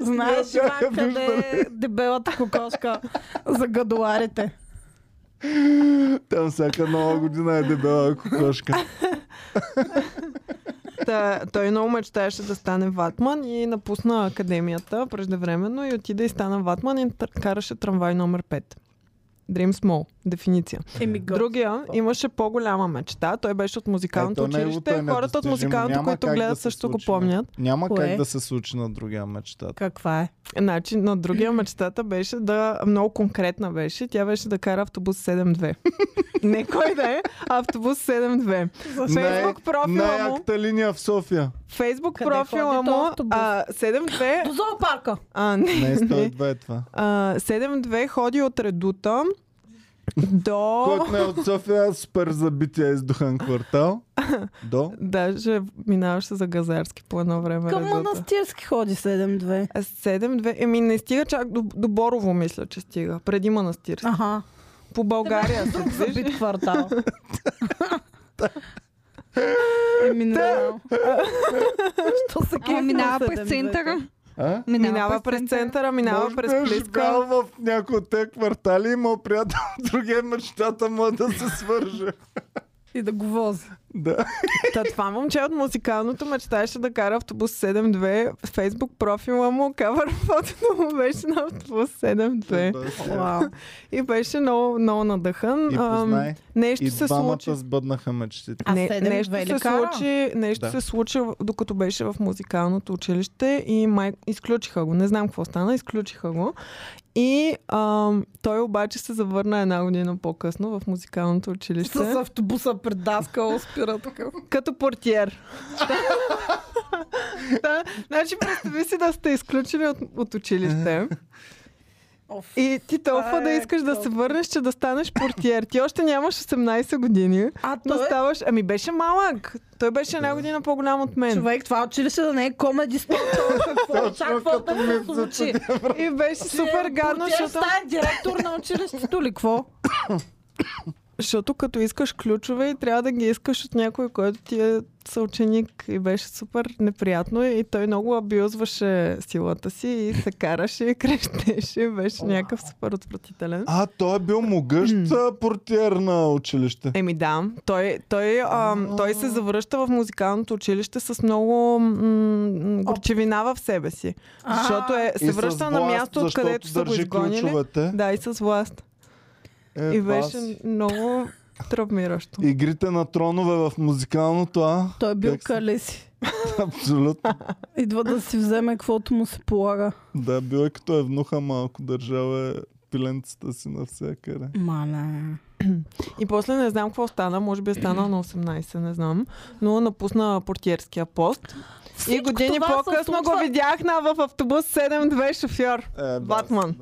Speaker 3: знаеш
Speaker 1: не бяха
Speaker 3: Иван, къде е дебелата кокошка за гадуарите.
Speaker 1: там всяка нова година е дебела кокошка.
Speaker 2: Та, той много мечтаеше да стане ватман и напусна академията преждевременно и отиде и стана ватман и тър- караше трамвай номер 5. Dream Small, дефиниция.
Speaker 3: Еми, гъл.
Speaker 2: Другия имаше по-голяма мечта. Той беше от музикалното
Speaker 1: Ето, неговото
Speaker 2: училище.
Speaker 1: е
Speaker 2: Хората от
Speaker 1: недостижимо.
Speaker 2: музикалното,
Speaker 1: Няма
Speaker 2: които
Speaker 1: как
Speaker 2: гледат,
Speaker 1: да се
Speaker 2: също го
Speaker 1: случи, не.
Speaker 2: помнят.
Speaker 1: Няма
Speaker 3: Кое?
Speaker 1: как да се случи на другия мечтата.
Speaker 3: Каква е?
Speaker 2: Значи, на другия мечтата беше да... Много конкретна беше. Тя беше да кара автобус 7-2. Не кой да е, а автобус 7-2. Фейсбук профила му...
Speaker 1: Най-якта е линия в София.
Speaker 2: Фейсбук
Speaker 3: Къде
Speaker 2: профила
Speaker 3: ходи този
Speaker 2: му...
Speaker 3: автобус?
Speaker 2: А, 7-2...
Speaker 3: До зоопарка.
Speaker 2: А, не,
Speaker 1: Не,
Speaker 2: не.
Speaker 1: 102 е това.
Speaker 2: А, 7-2 ходи от редута до...
Speaker 1: Който не е от София, супер забития издухан квартал. До.
Speaker 2: Даже минаваше за Газарски по едно време.
Speaker 3: Към
Speaker 2: редута.
Speaker 3: манастирски ходи 7-2.
Speaker 2: 7-2. Еми, не стига чак до, до Борово, мисля, че стига. Преди манастир. А,
Speaker 3: Аха.
Speaker 2: по България се движи.
Speaker 3: Забит квартал. Еми, не знам. Е, Що се
Speaker 4: Ама
Speaker 3: кефи
Speaker 4: минава
Speaker 3: на
Speaker 4: Ами,
Speaker 3: 7-2?
Speaker 4: през центъра.
Speaker 1: А?
Speaker 2: Минава през центъра, минава
Speaker 1: Може
Speaker 2: през
Speaker 1: да е
Speaker 2: Плиска.
Speaker 1: живял в някои от тези квартали и моят приятел другия мечтата му е да се свърже.
Speaker 3: И да го вози.
Speaker 1: Да.
Speaker 2: Та това момче от музикалното мечтаеше да кара автобус 7-2. В Фейсбук профила му кавър фотото му беше на автобус 7-2.
Speaker 3: Вау.
Speaker 2: И беше много, много надъхан.
Speaker 1: И
Speaker 2: Ам,
Speaker 1: познай,
Speaker 2: нещо
Speaker 1: и
Speaker 2: се
Speaker 1: двамата
Speaker 2: случи.
Speaker 1: сбъднаха мечтите.
Speaker 3: А
Speaker 2: Не,
Speaker 3: 7-2
Speaker 2: нещо
Speaker 3: ли
Speaker 2: се
Speaker 3: кара?
Speaker 2: случи, нещо
Speaker 1: Да.
Speaker 2: се случи, в- докато беше в музикалното училище и май, изключиха го. Не знам какво стана, изключиха го. И ам, той обаче се завърна една година по-късно в музикалното училище.
Speaker 3: С автобуса пред даскала спира така.
Speaker 2: Като портиер. да, значи представи си да сте изключили от, от училище.
Speaker 3: Оф.
Speaker 2: И ти толкова
Speaker 3: е
Speaker 2: да искаш да се
Speaker 3: толкова.
Speaker 2: върнеш, че да станеш портиер. Ти още нямаш 18 години.
Speaker 3: А
Speaker 2: Но
Speaker 3: той е
Speaker 2: ставаш... Ами беше малък. Той беше една година по-голям от мен.
Speaker 3: човек, това училище да не е комеди спорт, какво очаква да се случи.
Speaker 2: И беше
Speaker 3: Е,
Speaker 2: супер гадно,
Speaker 3: Ще
Speaker 2: защото,
Speaker 3: стане директор на училището ли, какво?
Speaker 2: защото като искаш ключове и трябва да ги искаш от някой, който ти е съученик и беше супер неприятно и той много абюзваше силата си и се караше и крещеше и беше някакъв супер отвратителен.
Speaker 1: А, той е бил могъщ а, портиер на училище.
Speaker 2: Еми да, той, той, ам, той се завръща в музикалното училище с много м- м- горчевина в себе си. Защото е,
Speaker 1: И
Speaker 2: се
Speaker 1: с
Speaker 2: връща на
Speaker 1: власт,
Speaker 2: място,
Speaker 1: защото
Speaker 2: откъдето са го
Speaker 1: държи
Speaker 2: изгонили.
Speaker 1: ключовете.
Speaker 2: Да, и с власт.
Speaker 1: Е,
Speaker 2: И
Speaker 1: бас.
Speaker 2: беше много травмиращо.
Speaker 1: Игрите на тронове в музикалното, а?
Speaker 3: Той е бил
Speaker 1: Как се-
Speaker 3: калеси.
Speaker 1: Абсолютно.
Speaker 3: Идва да си вземе каквото му се полага.
Speaker 1: Да, бил е като е внуха малко, държал е пиленцата си навсякъде.
Speaker 3: Мале.
Speaker 2: И после не знам какво стана, може би е станал на 18, не знам, но напусна портиерския пост. и
Speaker 3: Всичко
Speaker 2: години
Speaker 3: това се
Speaker 2: по-късно го
Speaker 3: случва.
Speaker 2: видях на в автобус 7-2 шофьор.
Speaker 1: Е,
Speaker 2: Батман.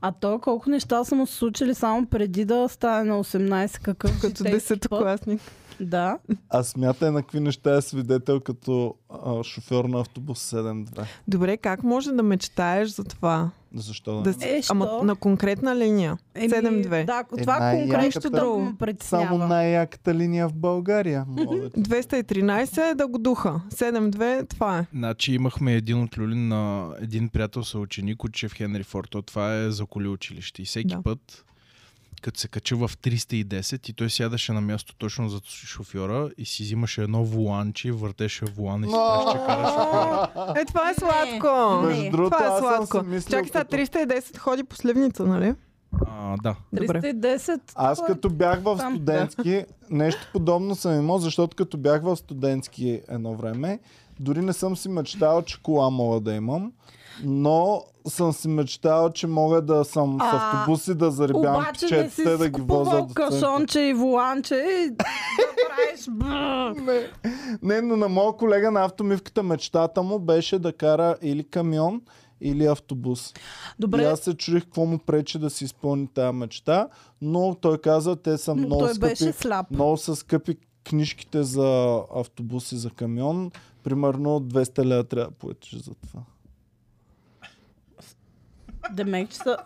Speaker 3: А то колко неща са му се случили само преди да стане на 18, какъв
Speaker 2: Като
Speaker 3: житейски път.
Speaker 2: десетокласник.
Speaker 3: Да.
Speaker 1: Аз смятай на какви неща е свидетел като а, шофьор на автобус 7-2.
Speaker 2: Добре, как може да мечтаеш за това?
Speaker 1: Защо да
Speaker 2: Да
Speaker 1: не?
Speaker 2: си...
Speaker 3: Е,
Speaker 2: Ама
Speaker 3: що?
Speaker 2: на конкретна линия.
Speaker 3: Еми,
Speaker 2: 7-2.
Speaker 3: Да,
Speaker 1: Е,
Speaker 3: това
Speaker 1: най-яката-
Speaker 3: конкретно друго
Speaker 2: Само
Speaker 3: ме притеснява.
Speaker 1: Само най-яката линия в България. мога да ти-
Speaker 2: 213 е да го духа. 7-2 това е.
Speaker 5: Значи имахме един от Люлин на един приятел съученик, учи в Хенри Форд. То това е за коли училище. И всеки
Speaker 2: Да.
Speaker 5: да. път, като се качи в 310 и той сядаше на място точно зад шофьора и си взимаше едно воланче, въртеше волан и си трябваше да кара шофьора.
Speaker 2: Е, това е сладко.
Speaker 3: Не.
Speaker 1: Между другото,
Speaker 2: Това е
Speaker 1: аз съм си
Speaker 2: сладко.
Speaker 1: мислил
Speaker 2: Чакай сега,
Speaker 1: като-
Speaker 2: 310 ходи по сливница, нали?
Speaker 5: А, да.
Speaker 2: Добре.
Speaker 3: 310.
Speaker 1: Аз
Speaker 3: кой е?
Speaker 1: като бях в
Speaker 3: Там.
Speaker 1: студентски, нещо подобно съм имал, защото като бях в студентски едно време, дори не съм си мечтал, че кола мога да имам, но съм си мечтал, че мога да съм с
Speaker 3: А,
Speaker 1: автобуси, да зарибям
Speaker 3: Обаче не си
Speaker 1: пчетите, да ги возя
Speaker 3: купувал
Speaker 1: до центъра.
Speaker 3: кашонче и воланче и да правиш бррр.
Speaker 1: Не, не, но на моя колега на автомивката мечтата му беше да кара или камион, или автобус. И
Speaker 3: Добре,
Speaker 1: аз се чудих какво му пречи да си изпълни тази мечта, но той каза, те са
Speaker 3: но
Speaker 1: много
Speaker 3: той
Speaker 1: скъпи.
Speaker 3: беше слаб.
Speaker 1: Много са скъпи книжките за автобус и за камион. Примерно 200 лева трябва да платиш за това.
Speaker 3: Демек, че са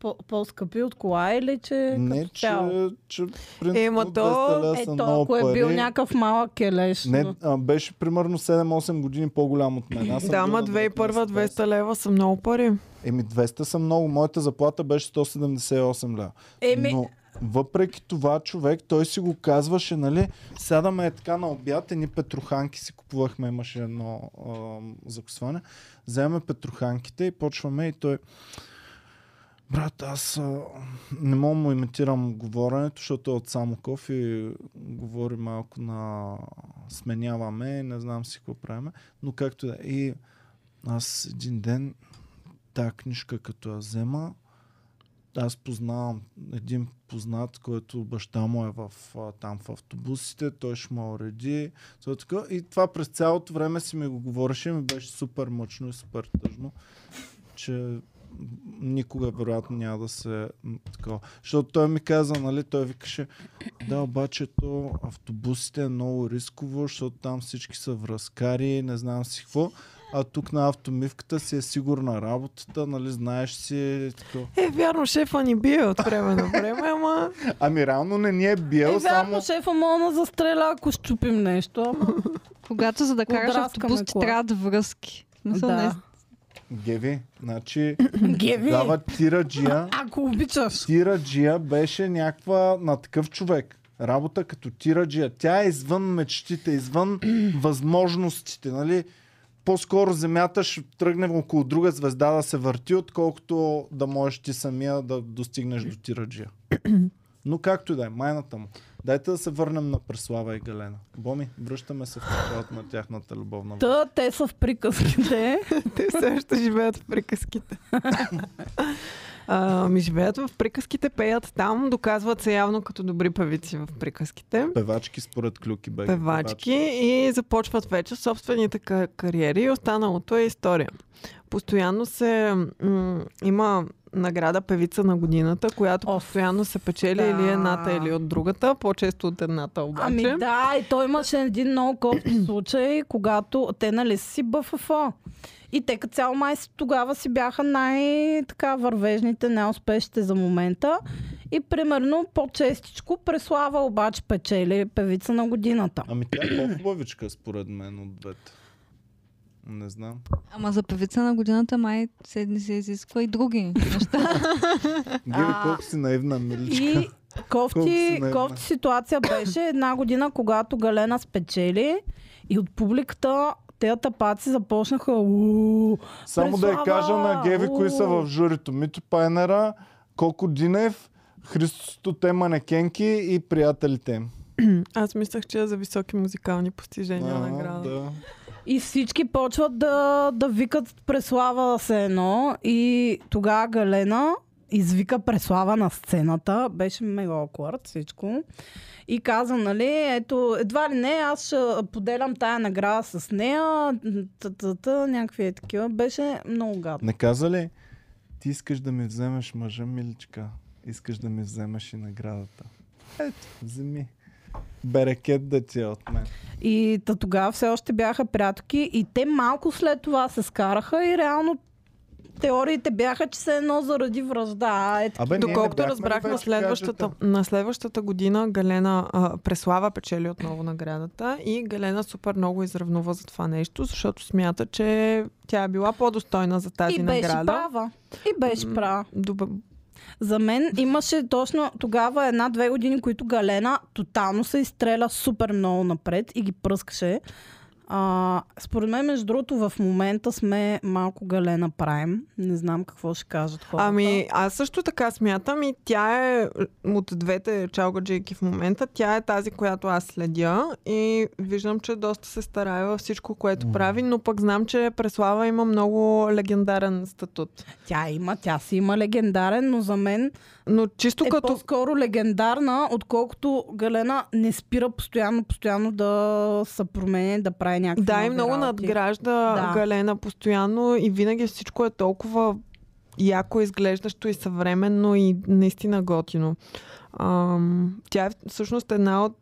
Speaker 3: по- по-скъпи от кола или че
Speaker 1: Не,
Speaker 3: Е, като
Speaker 1: че,
Speaker 3: цяло?
Speaker 1: че
Speaker 2: Ема
Speaker 1: принципно
Speaker 2: то-
Speaker 1: 200 лева са
Speaker 3: Е, то,
Speaker 1: много
Speaker 3: ако
Speaker 1: пари.
Speaker 3: е бил някакъв малък келеш.
Speaker 1: Не,
Speaker 3: но-
Speaker 1: а, беше примерно 7-8 години по-голям от мен. Аз съм
Speaker 2: Да,
Speaker 1: бил
Speaker 2: ма
Speaker 1: на
Speaker 2: 2001-200 лева са много пари.
Speaker 1: Еми 200 са много. Моята заплата беше 178 лева.
Speaker 3: Еми,
Speaker 1: Но въпреки това човек, той си го казваше, нали, сядаме е така на обяд, едни петроханки си купувахме, имаше едно ам, закусване, вземаме петроханките и почваме и той Брат, аз а, не мога му имитирам говоренето, защото е от Самоков и говори малко на сменяваме, не знам си какво правиме, но както и да. е. И аз един ден тази книжка като я взема, аз познавам един познат, който баща му е в, а, там в автобусите, той ще ме уреди. Това така. И това през цялото време си ми го говореше, и ми беше супер мъчно и супер тъжно, че м, никога вероятно няма да се м, такова. Защото той ми каза, нали, той викаше, да, обаче то автобусите е много рисково, защото там всички са връзкари, не знам си какво. А тук на автомивката си е сигурна работата, нали, знаеш си. Такова.
Speaker 2: Е, вярно, шефа ни бие от време на време, ама
Speaker 1: Ами реално не ни е биел,
Speaker 3: е,
Speaker 1: само...
Speaker 3: вярно, шефа мога да застреля, ако щупим нещо. ама-
Speaker 4: Когато за да караш
Speaker 3: Подраскаме
Speaker 4: автобус, ти
Speaker 3: кола.
Speaker 4: трябва да връзки. Не са, не,
Speaker 3: Да.
Speaker 1: Геви, значи
Speaker 3: Геви,
Speaker 1: дава тираджия.
Speaker 3: ако обичаш.
Speaker 1: Тираджия беше някаква на такъв човек. Работа като тираджия. Тя е извън мечтите, извън възможностите, нали? По-скоро Земята ще тръгне около друга звезда да се върти, отколкото да можеш ти самия да достигнеш до тираджия. Но както и да е, майната му. Дайте да се върнем на Преслава и Галена. Боми, връщаме се в началото на тяхната любовна връзка.
Speaker 3: Та, те са в приказките.
Speaker 2: те все още живеят в приказките. А, ми живеят в приказките, пеят там, доказват се явно като добри певици в приказките.
Speaker 1: Певачки според клюки бе.
Speaker 2: певачки и започват вече собствените ка- кариери и останалото е история. Постоянно се м- има награда певица на годината, която
Speaker 3: Оф,
Speaker 2: постоянно се печели
Speaker 3: да.
Speaker 2: или едната, или от другата, по-често от едната обаче.
Speaker 3: Ами
Speaker 1: Значи?
Speaker 3: да, и той имаше един много кофти случай, когато те нали са си БФФ. И те като цял май си- тогава си бяха най-така вървежните, най-успешните за момента. И примерно по-честичко Преслава обаче печели певица на годината.
Speaker 1: Ами тя е по-хубавичка според мен от двете. Не знам.
Speaker 4: Ама за певица на годината май се не се изисква и други неща.
Speaker 1: Гиви,
Speaker 3: А.
Speaker 1: колко си наивна, нали? миличка.
Speaker 3: И
Speaker 1: Колко си
Speaker 3: кофти,
Speaker 1: наивна.
Speaker 3: кофти ситуация беше една година, когато Галена спечели и от публиката те тапаци започнаха «Уу,
Speaker 1: Само да я
Speaker 3: Преслава!
Speaker 1: кажа на Геви, кои са в журито. Мито Пайнера, Коко Динев, Христото те манекенки и приятелите им.
Speaker 2: Аз мислех, че е за високи музикални постижения
Speaker 1: А,
Speaker 2: награда.
Speaker 1: да.
Speaker 3: И всички почват да, да викат Преслава да се едно. И тогава Галена извика Преслава на сцената. Беше мега awkward всичко. И каза, нали, ето, едва ли не, аз ще поделям тая награда с нея. Та-та-та, някакви е такива. Беше много гадно.
Speaker 1: Не каза ли, ти искаш да ми вземеш мъжа, миличка? Искаш да ми вземеш и наградата. Ето, вземи. Берекет да ти е от мен.
Speaker 3: И та тогава все още бяха прятки. И те малко след това се скараха и реално теориите бяха, че се едно заради връжда. А, Е,
Speaker 1: Абе, ние не
Speaker 2: Доколкото
Speaker 1: бяхме ли
Speaker 2: разбрах, на
Speaker 1: вече
Speaker 2: следващата,
Speaker 1: гаджета?
Speaker 2: на следващата година Галена а, Преслава печели отново наградата и Галена супер много изравнува за това нещо, защото смята, че тя е била по-достойна за тази
Speaker 3: и беше
Speaker 2: награда.
Speaker 3: права. И беше
Speaker 2: М,
Speaker 3: права.
Speaker 2: Добър...
Speaker 3: За мен имаше точно тогава една-две години, които Галена тотално се изстреля супер много напред и ги пръскаше. А, според мен, между другото, в момента сме малко Галена правим. Не знам какво ще кажат хората.
Speaker 2: Ами, аз също така смятам и тя е от двете чалгаджейки в момента. Тя е тази, която аз следя и виждам, че доста се старае във всичко, което прави, но пък знам, че Преслава има много легендарен статут.
Speaker 3: Тя има, тя си има легендарен, но за мен
Speaker 2: Но чисто
Speaker 3: е
Speaker 2: като
Speaker 3: по-скоро легендарна, отколкото Галена не спира постоянно, постоянно да се променя, да прави някакви
Speaker 2: Да, и
Speaker 3: нови
Speaker 2: много
Speaker 3: работи.
Speaker 2: надгражда
Speaker 3: Да.
Speaker 2: Галена постоянно и винаги всичко е толкова яко изглеждащо и съвременно и наистина готино. Ам, тя е всъщност една от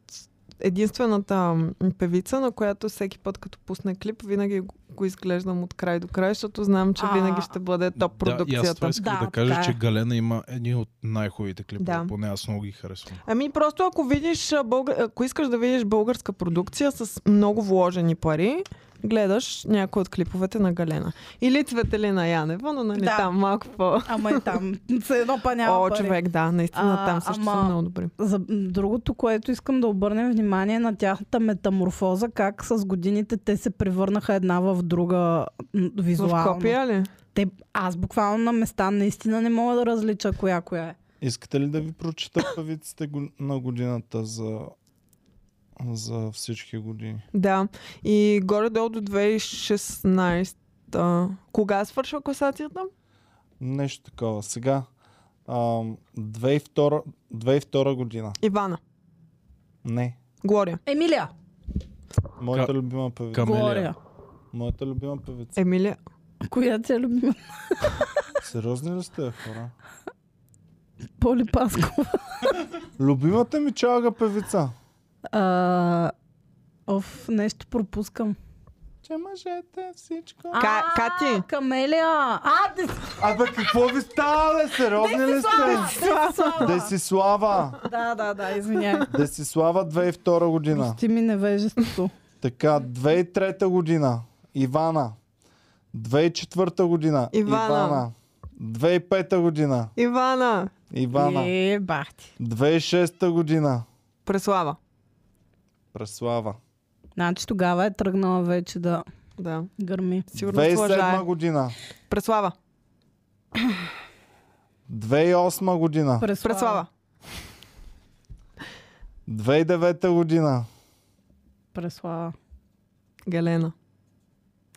Speaker 2: единствената м, певица, на която всеки път като пусне клип, винаги го- го изглеждам от край до край, защото знам, че
Speaker 3: А.
Speaker 2: винаги ще бъде топ
Speaker 5: Да, и аз това
Speaker 2: продукцията.
Speaker 5: исках да,
Speaker 3: Да,
Speaker 5: да кажа,
Speaker 3: така е.
Speaker 5: че Галена има едни от най-хубавите клипове,
Speaker 2: Да.
Speaker 5: поне аз много ги харесвам.
Speaker 2: Ами просто ако видиш, а, българ... ако искаш да видиш българска продукция с много вложени пари, гледаш някои от клиповете на Галена. Или Цветелина Янева, но нали
Speaker 3: Да.
Speaker 2: там малко по...
Speaker 3: Ама и там, все едно па няма
Speaker 2: О,
Speaker 3: пари.
Speaker 2: човек, да, наистина
Speaker 3: А,
Speaker 2: там също
Speaker 3: ама-
Speaker 2: са много добри.
Speaker 3: За другото, което искам да обърнем внимание на тяхната метаморфоза, как с годините те се превърнаха една в друга м,
Speaker 2: В
Speaker 3: визуално.
Speaker 2: копия ли?
Speaker 3: Те, аз буквално на места наистина не мога да различа коя коя е.
Speaker 1: Искате ли да ви прочета певиците го- на годината за, за всички години?
Speaker 2: Да. И горе-долу до 2016 кога свършва класацията?
Speaker 1: Нещо такова. Сега, ам, 2002, 2002 година.
Speaker 2: Ивана.
Speaker 1: Не.
Speaker 2: Глория.
Speaker 3: Емилия!
Speaker 1: Моята
Speaker 5: Ка-
Speaker 1: любима певица.
Speaker 5: Камелия.
Speaker 3: Глория.
Speaker 1: Моята любима певица.
Speaker 2: Емилия.
Speaker 3: Коя ти е любима?
Speaker 1: Сериозни ли сте, хора?
Speaker 3: Поли Паскова.
Speaker 1: Любимата ми чалга певица.
Speaker 3: А, Оф, нещо пропускам.
Speaker 1: Че мъжете всичко.
Speaker 2: Ка- Кати.
Speaker 3: Камелия! А, ти
Speaker 1: Абе, какво ви става, бе? Сериозни ли сте?
Speaker 3: слава!
Speaker 1: Десислава.
Speaker 3: Да, да, да, извинявай.
Speaker 1: Десислава 2002 година.
Speaker 3: Прости ми невежеството.
Speaker 1: Така, 2003 година Ивана. 2004 година
Speaker 2: Ивана.
Speaker 1: 2005 година
Speaker 2: Ивана.
Speaker 1: Ивана.
Speaker 3: Е, бах ти.
Speaker 1: 2006 година
Speaker 2: Преслава.
Speaker 1: Преслава.
Speaker 3: Значи тогава е тръгнала вече да
Speaker 2: Да.
Speaker 3: гърми.
Speaker 2: Сигурно
Speaker 1: 2007
Speaker 2: слъжае.
Speaker 1: година.
Speaker 2: Преслава.
Speaker 1: 2008 година.
Speaker 3: Преслава.
Speaker 2: Преслава.
Speaker 1: 2009 година.
Speaker 3: Преслава.
Speaker 2: Галена.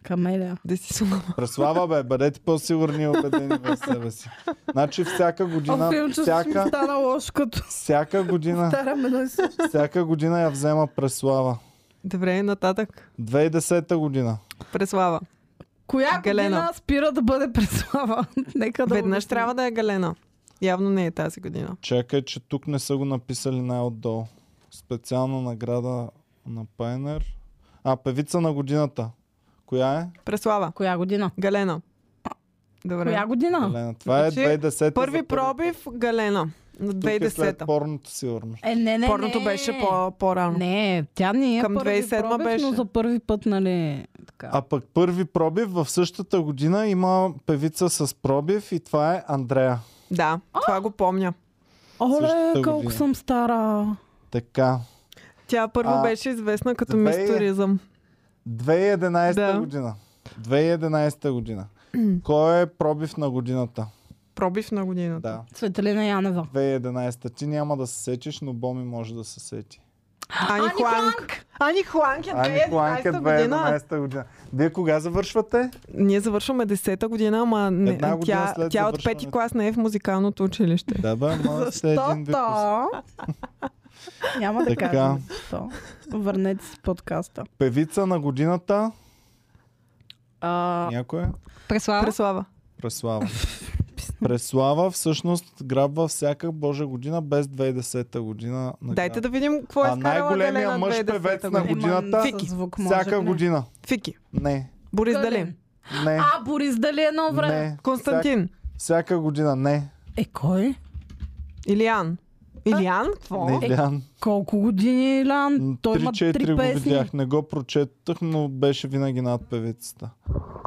Speaker 3: Камелия.
Speaker 2: Десислава.
Speaker 1: Преслава, бе, бъдете по-сигурни и убедени в себе си. Значи всяка
Speaker 3: О,
Speaker 1: година,
Speaker 3: филмче всяка... ми
Speaker 1: всяка,
Speaker 3: стана лошо, като
Speaker 1: всяка година,
Speaker 3: старам едно и също.
Speaker 1: всяка година я взема Преслава.
Speaker 2: Добре, нататък.
Speaker 1: 2010 година.
Speaker 2: Преслава.
Speaker 3: Коя
Speaker 2: Галена.
Speaker 3: година спира да бъде Преслава? Нека да
Speaker 2: Веднъж
Speaker 3: обясним.
Speaker 2: трябва да е Галена. Явно не е тази година.
Speaker 1: Чакай, че тук не са го написали най-отдолу. Специална награда на Пайнер. А, певица на годината. Коя е?
Speaker 2: Преслава.
Speaker 3: Коя година?
Speaker 2: Галена. Добре.
Speaker 3: Коя година?
Speaker 1: Елена. Това е
Speaker 2: Значи,
Speaker 1: 2010.
Speaker 2: Първи
Speaker 1: за
Speaker 2: пробив Галена. На
Speaker 1: Тук е след
Speaker 2: 2010-та.
Speaker 1: порното, сигурно.
Speaker 3: Е, не, не,
Speaker 2: Порното
Speaker 3: не.
Speaker 2: беше по- по-рано.
Speaker 3: Не, тя не е
Speaker 2: Към
Speaker 3: първи
Speaker 2: 2007
Speaker 3: пробив,
Speaker 2: беше.
Speaker 3: но за първи път, нали, така.
Speaker 1: А пък първи пробив в същата година има певица с пробив и това е Андрея.
Speaker 2: Да, това го помня.
Speaker 3: Оле,
Speaker 1: същата
Speaker 3: колко
Speaker 1: година.
Speaker 3: съм стара.
Speaker 1: Така.
Speaker 2: Тя първо
Speaker 1: А,
Speaker 2: беше известна като
Speaker 1: две- е.
Speaker 2: мис туризъм.
Speaker 1: 2011
Speaker 2: Да.
Speaker 1: година. 2011 година. Кой е пробив на годината?
Speaker 2: Пробив на годината.
Speaker 1: Да.
Speaker 3: Светелина Янева.
Speaker 1: 2011. Ти няма да се сетиш, но Боми може да се сети.
Speaker 2: Ани Хуанг. Ани Хуанг е
Speaker 1: Ани Хуанка
Speaker 2: 2011 година.
Speaker 1: 2011 година. Вие кога завършвате?
Speaker 2: Ние завършваме 10-та година, ама не,
Speaker 1: Една година
Speaker 2: тя,
Speaker 1: след
Speaker 2: тя от
Speaker 1: завършването.
Speaker 2: пети клас не е в музикалното училище.
Speaker 1: Да, бе, ама сте един випуск.
Speaker 3: Защото... Няма да
Speaker 1: Така.
Speaker 3: кажем защо. Върнете си подкаста.
Speaker 1: Певица на годината. е?
Speaker 3: А,
Speaker 1: Някоя?
Speaker 4: Преслава?
Speaker 2: Преслава.
Speaker 1: Преслава. Преслава всъщност грабва всяка Божа година без 2010 година. награда.
Speaker 2: Дайте да видим какво е
Speaker 1: А
Speaker 2: вкарала
Speaker 1: най-големия
Speaker 2: Галена
Speaker 1: мъж
Speaker 2: 2010
Speaker 1: певец на
Speaker 2: година.
Speaker 1: година. годината-
Speaker 3: Ема, със звук, може
Speaker 1: Всяка
Speaker 3: ли?
Speaker 1: година.
Speaker 2: Фики.
Speaker 1: Не.
Speaker 2: Борис
Speaker 3: Калин.
Speaker 2: Далин.
Speaker 1: Не.
Speaker 3: А, Борис Дали едно време.
Speaker 1: не.
Speaker 2: Константин.
Speaker 1: Всяка, всяка година. Не.
Speaker 3: Е, кой?
Speaker 2: Илиан. Илиан? Какво?
Speaker 1: Не, Илян.
Speaker 3: Колко години, Илян? Е, Той има три
Speaker 1: 3-4 го
Speaker 3: песни.
Speaker 1: видях. Не го прочетах, но беше винаги над певицата.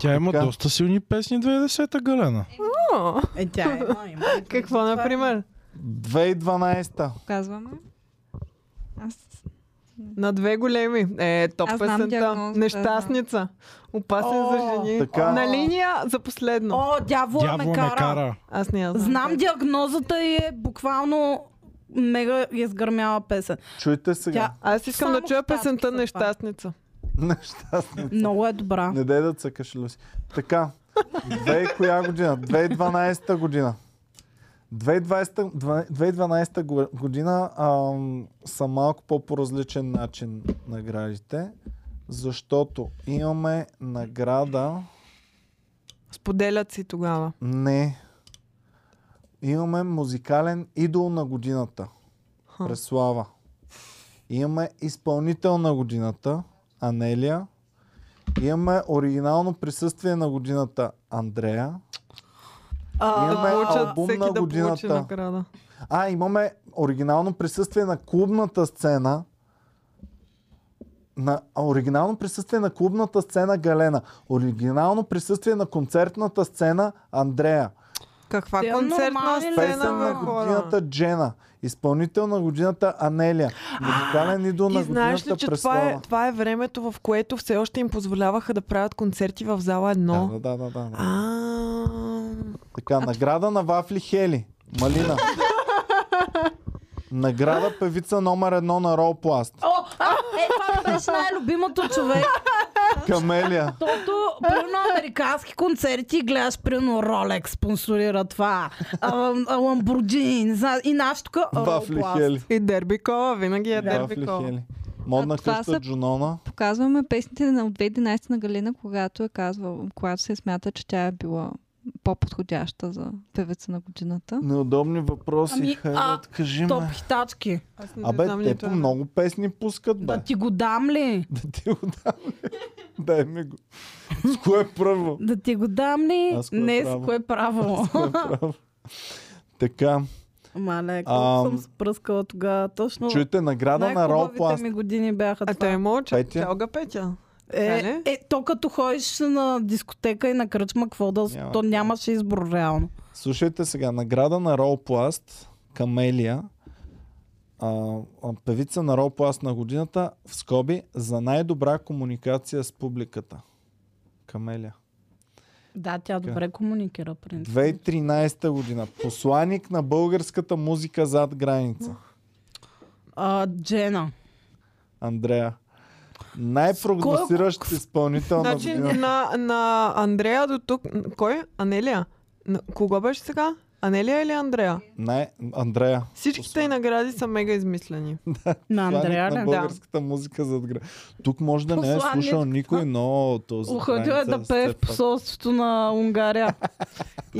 Speaker 5: Тя има
Speaker 1: Така.
Speaker 5: доста силни песни 2010-та, Галена.
Speaker 2: О,
Speaker 3: Е, тя има, има.
Speaker 2: Какво, например?
Speaker 1: 2012.
Speaker 4: Казваме. Аз...
Speaker 2: На две големи. Е, топ
Speaker 4: Аз знам
Speaker 2: песента.
Speaker 4: диагнозата,
Speaker 2: Нещастница. Опасен за
Speaker 3: О,
Speaker 2: жени.
Speaker 1: така.
Speaker 2: На линия за последно.
Speaker 3: О, дявола ме
Speaker 5: Дявола ме
Speaker 3: кара.
Speaker 5: кара.
Speaker 2: Аз не я знам.
Speaker 3: Знам диагнозата и е буквално мега изгърмяла песен.
Speaker 1: Чуйте сега.
Speaker 2: Аз искам
Speaker 3: Само
Speaker 2: да чуя
Speaker 3: щастки са
Speaker 2: песента
Speaker 3: това.
Speaker 2: Нещастница.
Speaker 1: Нещастница.
Speaker 3: Много е добра.
Speaker 1: Не дай да цъкаш, Люси. Така. Две коя година? 2012 година. 2020, 2012 го- година ам, са малко по-поразличен начин наградите, защото имаме награда...
Speaker 2: Споделят си тогава.
Speaker 1: Не. Имаме музикален идол на годината.
Speaker 2: Ха.
Speaker 1: Преслава. Имаме изпълнител на годината. Анелия. Имаме оригинално присъствие на годината. Андрея.
Speaker 2: А,
Speaker 1: Имаме
Speaker 2: да получат
Speaker 1: албум
Speaker 2: всеки
Speaker 1: на
Speaker 2: да получи
Speaker 1: годината.
Speaker 2: награда.
Speaker 1: А, имаме оригинално присъствие на клубната сцена. На а, оригинално присъствие на клубната сцена Галена. Оригинално присъствие на концертната сцена Андрея.
Speaker 2: Каква
Speaker 3: Те
Speaker 2: концертна
Speaker 3: нормални ли
Speaker 2: сцена
Speaker 1: Песен
Speaker 2: на
Speaker 1: на
Speaker 2: хора?
Speaker 1: годината Джена. Изпълнител на годината Анелия. Музикален идол на
Speaker 2: И знаеш ли,
Speaker 1: годината
Speaker 2: че това е,
Speaker 1: Преслава.
Speaker 2: това е времето, в което все още им позволяваха да правят концерти в зала едно.
Speaker 1: Да, да, да, да, да.
Speaker 2: А,
Speaker 1: Така, награда на Вафли Хели. Малина. награда певица номер едно на Роупласт.
Speaker 3: О, а, е, това беше най-любимото човек.
Speaker 1: Камелия.
Speaker 3: Защото при на американски концерти гледаш, примерно, Rolex спонсорира това, а, а, Lamborghini, не знам, и наш тук
Speaker 1: Вафли
Speaker 3: Ропласт.
Speaker 1: Хели.
Speaker 2: И Дерби Кола, винаги е Дерби
Speaker 1: Вафли
Speaker 2: Кола.
Speaker 1: Хели. Модна
Speaker 4: А това
Speaker 1: къща
Speaker 4: са-
Speaker 1: Джунона.
Speaker 4: Показваме песните на от 2011 на Галина, когато е казвала, когато се смята, че тя е била по-подходяща за певеца на годината.
Speaker 1: Неудобни въпроси.
Speaker 3: Ами,
Speaker 1: Ами,
Speaker 3: а,
Speaker 1: Хайрат, кажи
Speaker 3: Топ
Speaker 1: ме.
Speaker 3: хитачки.
Speaker 2: Аз не знам
Speaker 1: Абе, те
Speaker 2: нито
Speaker 1: по
Speaker 2: една.
Speaker 1: много песни пускат, бе.
Speaker 3: Да ти го дам ли?
Speaker 1: Да ти го дам. бе. Дай ми го. С кое първо?
Speaker 3: Да ти го дам ли?
Speaker 1: Аз кое
Speaker 3: не,
Speaker 1: право?
Speaker 3: с кое право.
Speaker 1: Кое право? Така,
Speaker 3: Мале,
Speaker 1: Ам.
Speaker 3: колко съм спръскала тогава. Точно
Speaker 1: чуйте награда на
Speaker 3: най-хубавите
Speaker 1: Ропласт.
Speaker 3: ми години бяха
Speaker 2: А
Speaker 3: това.
Speaker 2: той е мълча.
Speaker 1: Петя.
Speaker 2: Чалга Петя. така
Speaker 3: Е,
Speaker 2: ли?
Speaker 3: е, то като ходиш на дискотека и на кръчма, какво да...
Speaker 1: Няма
Speaker 3: то
Speaker 1: как.
Speaker 3: нямаше избор реално.
Speaker 1: Слушайте сега, награда на Ропласт, Камелия, а, а, певица на Ропласт на годината, в скоби, за най-добра комуникация с публиката. Камелия.
Speaker 3: Да, тя добре комуникира, принцип.
Speaker 1: 2013 година. Посланик на българската музика зад граница.
Speaker 3: А, Джена.
Speaker 1: Андрея. Най-прогнозиращ изпълнител на
Speaker 2: Значи
Speaker 1: годината.
Speaker 2: на, на Андрея до тук... Кой? Анелия? На, кого беше сега? Анелия или Андрея?
Speaker 1: Най- Андрея.
Speaker 2: Всичките й награди са мега измислени.
Speaker 3: На
Speaker 1: Посланик
Speaker 3: Андрея,
Speaker 1: на
Speaker 3: не? Да.
Speaker 1: българската музика зад гра. Тук може да не е
Speaker 3: Посланик,
Speaker 1: слушал никой, но този
Speaker 3: Уходил е да пее в посолството на Унгария.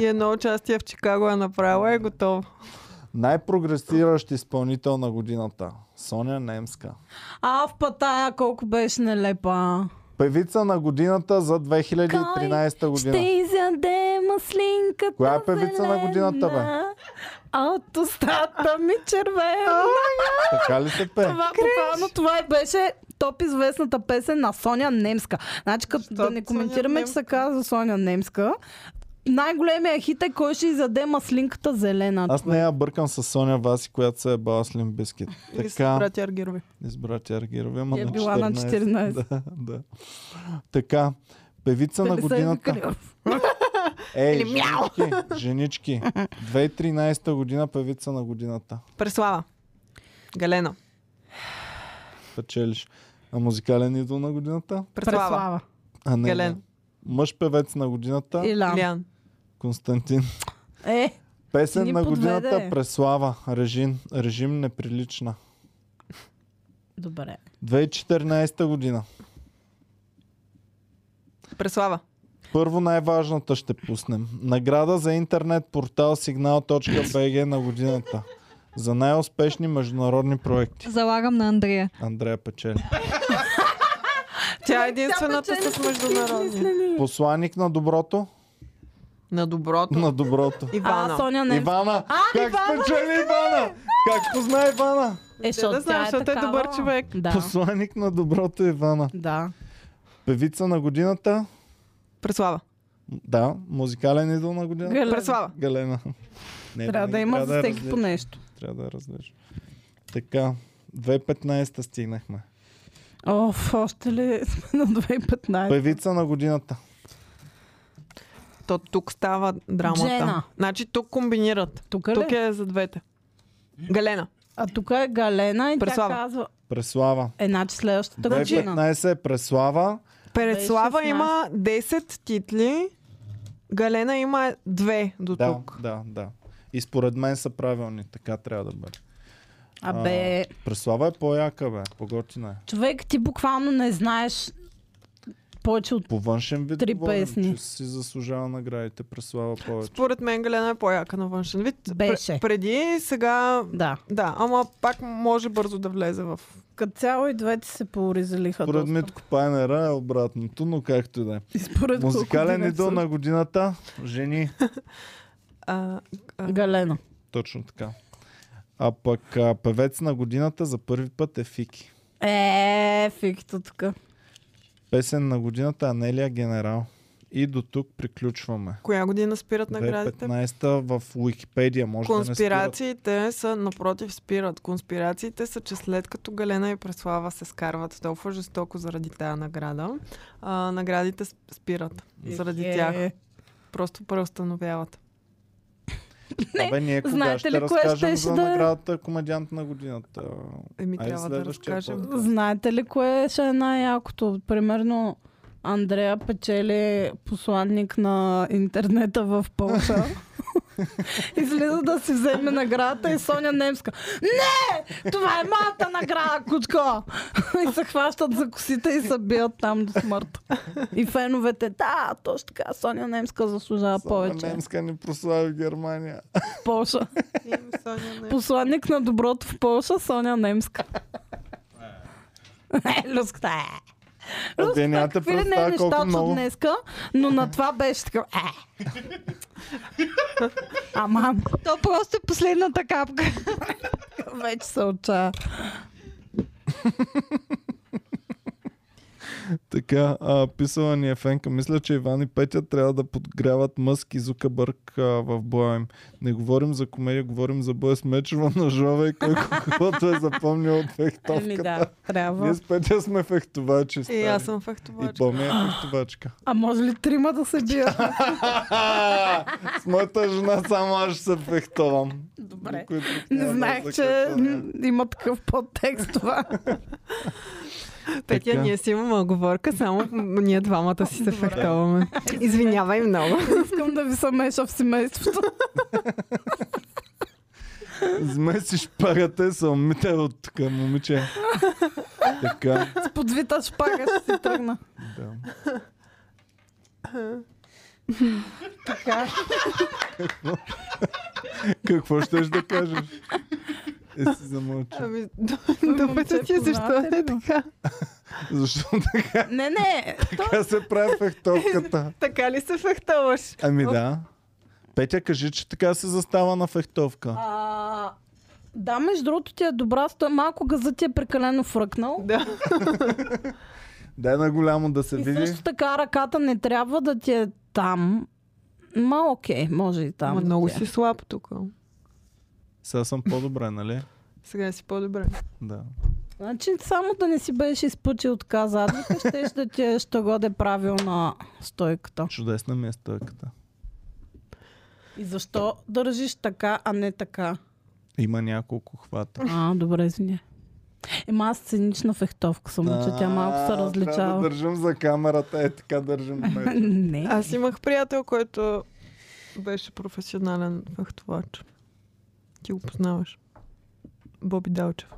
Speaker 2: И едно участие в Чикаго е направила и е готово.
Speaker 1: Най-прогресиращ изпълнител на годината. Соня Немска.
Speaker 3: А, в Патая колко беше нелепа.
Speaker 1: Певица на годината за 2013 година.
Speaker 3: Ще изяде маслинката
Speaker 1: Коя е певица на годината, бе?
Speaker 3: зелена, А от устата ми червена.
Speaker 1: Така ли се пее?
Speaker 3: Това буквално това и беше топ известната песен на Соня Немска. Значи като да
Speaker 2: Защото
Speaker 3: не
Speaker 2: Соня
Speaker 3: коментираме, че се
Speaker 2: Немска.
Speaker 3: казва Соня Немска, най-големия хит е кой ще изяде маслинката зелена.
Speaker 1: Аз не я бъркам с Соня Васи, която се е бала с Лимбискит.
Speaker 2: И с
Speaker 1: Така,
Speaker 2: брати Аргирови.
Speaker 1: избра тя Аргирова, ама
Speaker 3: И е
Speaker 1: на 14.
Speaker 3: била на 14.
Speaker 1: Да, да. Така, певица на
Speaker 3: 50
Speaker 1: годината.
Speaker 3: клев.
Speaker 1: Ей, Е, женички, женички. 2013 година певица на годината.
Speaker 2: Преслава. Галена.
Speaker 1: печелиш. А музикален идол на годината?
Speaker 2: Преслава.
Speaker 1: А не.
Speaker 2: Гален.
Speaker 1: не. Мъж певец на годината?
Speaker 3: Илян.
Speaker 2: Илян.
Speaker 1: Константин.
Speaker 3: Е,
Speaker 1: Песен
Speaker 3: Ни
Speaker 1: на годината
Speaker 3: подведе.
Speaker 1: Преслава. Режим. Режим неприлична.
Speaker 3: добре.
Speaker 1: 2014 година.
Speaker 2: Преслава.
Speaker 1: Първо най-важната ще пуснем. Награда за интернет портал signal.bg на годината. За най-успешни международни проекти.
Speaker 4: Залагам на Андрея.
Speaker 1: Андрея Печели.
Speaker 2: Тя е единствената с международни.
Speaker 1: Посланик на доброто?
Speaker 2: На доброто.
Speaker 1: На доброто.
Speaker 3: А,
Speaker 2: Ивана.
Speaker 3: Соня не.
Speaker 1: Ивана! как
Speaker 3: Ивана,
Speaker 1: спечели Ивана? Как позна Ивана?
Speaker 3: Е,
Speaker 2: да
Speaker 3: защото
Speaker 2: знам,
Speaker 3: тя е
Speaker 2: защото е
Speaker 3: такава.
Speaker 2: добър човек.
Speaker 3: Да.
Speaker 1: Посланик на доброто Ивана.
Speaker 3: Да.
Speaker 1: Певица на годината?
Speaker 2: Преслава.
Speaker 1: М, Да. Музикален идол на годината?
Speaker 3: Галена.
Speaker 2: Преслава.
Speaker 1: Галена. Не,
Speaker 3: Трябва да
Speaker 1: винаги
Speaker 3: има за
Speaker 1: я
Speaker 3: всеки по
Speaker 1: различиш.
Speaker 3: нещо.
Speaker 1: Трябва да я разлежа. Така, 2015 стигнахме.
Speaker 3: Оф, още ли сме на 2015?
Speaker 1: Певица на годината.
Speaker 2: То тук става драмата.
Speaker 3: Джена. Нали?
Speaker 2: Значи тук комбинират.
Speaker 3: Тук ли?
Speaker 2: Тук е за двете. Галена.
Speaker 3: А тук е Галена и
Speaker 2: Преслава.
Speaker 3: тя казва...
Speaker 1: Преслава.
Speaker 3: Е, значи следващата година.
Speaker 1: 2015 е Преслава.
Speaker 2: Преслава
Speaker 3: Беше
Speaker 2: има 10 титли. Галена има 2 до
Speaker 1: Да,
Speaker 2: тук.
Speaker 1: да, да. И според мен са правилни. Така трябва да бъде.
Speaker 3: Абе,
Speaker 1: Преслава е по-яка, бе. По-готина е.
Speaker 3: човек, ти буквално не знаеш повече от...
Speaker 1: По външен вид
Speaker 3: Три
Speaker 1: говорим,
Speaker 3: песни.
Speaker 1: че си заслужава наградите. Преслава повече.
Speaker 2: Според мен Галена е по-яка на външен вид. Пр-
Speaker 3: Беше.
Speaker 2: преди, сега...
Speaker 3: Да.
Speaker 2: Да, ама пак може бързо да влезе в...
Speaker 3: Като цяло и двете се поуризалиха
Speaker 1: Според Митко Пайнера е обратното, но както и да е.
Speaker 3: И според колко
Speaker 1: Музикален
Speaker 3: година
Speaker 1: идол
Speaker 3: са.
Speaker 1: на годината. Жени.
Speaker 2: А,
Speaker 3: Галена.
Speaker 1: Точно така. А пък а, певец на годината за първи път е Фики.
Speaker 3: Е, фикто тук.
Speaker 1: Песен на годината е Анелия Генерал. И до тук приключваме.
Speaker 2: коя година спират наградите?
Speaker 1: 2015 в Уикипедия може да не спират.
Speaker 2: Конспирациите са, напротив, спират. Конспирациите са, че след като Галена и Преслава се скарват толкова жестоко заради тая награда, а, наградите с- спират заради
Speaker 3: Е.
Speaker 2: тях. Просто преустановяват.
Speaker 1: Абе, ние кога
Speaker 3: знаете
Speaker 1: ще
Speaker 3: ли кое
Speaker 1: разкажем
Speaker 3: щеше
Speaker 1: за
Speaker 3: да е?
Speaker 1: наградата комедиант на годината?
Speaker 2: Еми,
Speaker 1: Айде
Speaker 2: трябва да
Speaker 1: следващия
Speaker 2: разкажем.
Speaker 1: път.
Speaker 3: Знаете ли кое ще е най-якото? Примерно Андрея печели посланник на интернета в Полша. Излиза да си вземе наградата и Соня Немска. Не! Това е моята награда, кучко! и се хващат за косите и се бият там до смърт. И феновете, да, точно така, Соня Немска заслужава
Speaker 1: Само
Speaker 3: повече.
Speaker 1: Немска ни прослави Германия.
Speaker 3: В Полша. Посланник на доброто в Полша, Соня Немска. Люската е.
Speaker 1: А Те нямате
Speaker 3: Какви ли не е
Speaker 1: представа колко
Speaker 3: нещата
Speaker 1: много.
Speaker 3: днеска, но на това беше така. Е. Ама,
Speaker 4: То просто е последната капка.
Speaker 3: вече се отчая.
Speaker 1: Така, а, писала ни е Фенка. Мисля, че Иван и Петя трябва да подгряват Мъск и Зукабърг а, в боя им. Не говорим за комедия, говорим за боя с мечева ножове и кой каквото е запомнил от
Speaker 3: Еми
Speaker 1: фехтовката.
Speaker 3: Нали, да, трябва.
Speaker 1: Ние с Петя сме фехтовачи.
Speaker 2: И
Speaker 1: стари.
Speaker 2: аз съм
Speaker 1: И
Speaker 2: фехтовачка.
Speaker 1: Боми е фехтовачка.
Speaker 3: А може ли трима да се бият?
Speaker 1: С моята жена само аз ще се фехтовам.
Speaker 3: Добре.
Speaker 1: Никой друг няма
Speaker 3: Не
Speaker 1: да е.
Speaker 3: знаех,
Speaker 1: се
Speaker 3: че
Speaker 1: кефа.
Speaker 3: м, има такъв подтекст това.
Speaker 2: Петя,
Speaker 1: Така.
Speaker 2: ние си имаме оговорка, само ние двамата си се фехтоваме. Извинявай много.
Speaker 3: Искам да ви се меша в семейството.
Speaker 1: Смесиш парата и се умите от тук, момиче. така,
Speaker 3: С подвита шпага ще си тръгна.
Speaker 1: да.
Speaker 3: Така.
Speaker 1: Какво щеш да кажеш? И си замълча.
Speaker 2: Ами, думата ти защо
Speaker 3: познавате
Speaker 2: е така?
Speaker 1: Защо
Speaker 3: Не, не. То
Speaker 1: така се прави фехтовката?
Speaker 2: Така ли се фехтоваш?
Speaker 1: Ами да. Петя, кажи, че така се застава на фехтовка.
Speaker 3: А, да, между другото ти е добра, стоя малко газът ти е прекалено фръкнал.
Speaker 2: Да.
Speaker 1: Дай на голямо да се
Speaker 3: И
Speaker 1: види.
Speaker 3: също така ръката не трябва да ти е там. Ма окей, може и там.
Speaker 2: Ама
Speaker 3: да
Speaker 2: много
Speaker 3: ти е.
Speaker 2: си слаб тук.
Speaker 1: Сега съм по-добре, нали?
Speaker 2: Сега е си по-добре.
Speaker 1: Да.
Speaker 3: Значи само да не си беше изпъчил така задника, щеш да ти е ще годе правилна стойката.
Speaker 1: Чудесна ми е стойката.
Speaker 3: И защо държиш така, а не така?
Speaker 1: Има няколко хвата.
Speaker 3: А, добре, извиня. Ема аз цинична фехтовка съм, че тя малко се
Speaker 1: А, Трябва да
Speaker 3: различава.
Speaker 1: държим за камерата, е така държим. меча.
Speaker 3: Не.
Speaker 2: Аз имах приятел, който беше професионален фехтовач. Ти го познаваш. Боби Далчев.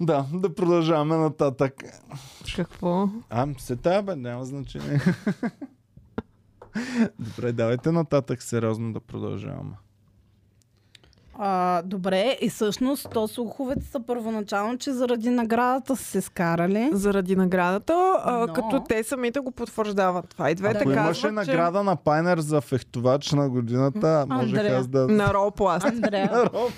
Speaker 1: да, да продължаваме нататък.
Speaker 2: Какво?
Speaker 1: Ам, се тая, бе, няма значение. Добре, давайте нататък сериозно да продължаваме.
Speaker 3: А, добре, и всъщност то слуховете са първоначално, че заради наградата са се скарали.
Speaker 2: Заради наградата, а,
Speaker 3: Но-
Speaker 2: като те самите го потвърждават. Това и двете
Speaker 1: Ако
Speaker 2: казват,
Speaker 1: имаше
Speaker 2: че
Speaker 1: награда на Пайнер за фехтовач на годината, можех
Speaker 3: Андрея.
Speaker 1: аз да...
Speaker 2: на Ропласт.
Speaker 3: Андрея,
Speaker 1: Роб.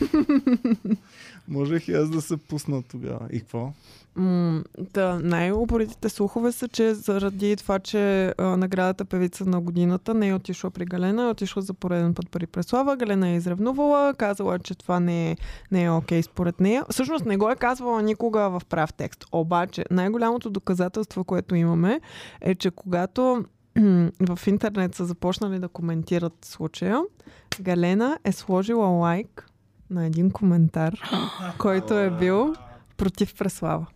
Speaker 1: можех и аз да се пусна тогава. И какво?
Speaker 2: М, да, най-упоритите слухове са, че заради това, че а, наградата певица на годината не е отишла при Галена, е отишла за пореден път при Преслава. Галена е изревнувала, казала, е, че това не е, не е окей според нея. Всъщност не го е казвала никога в прав текст. Обаче най-голямото доказателство, което имаме, е, че когато м, в интернет са започнали да коментират случая, Галена е сложила лайк на един коментар, който е бил против Преслава.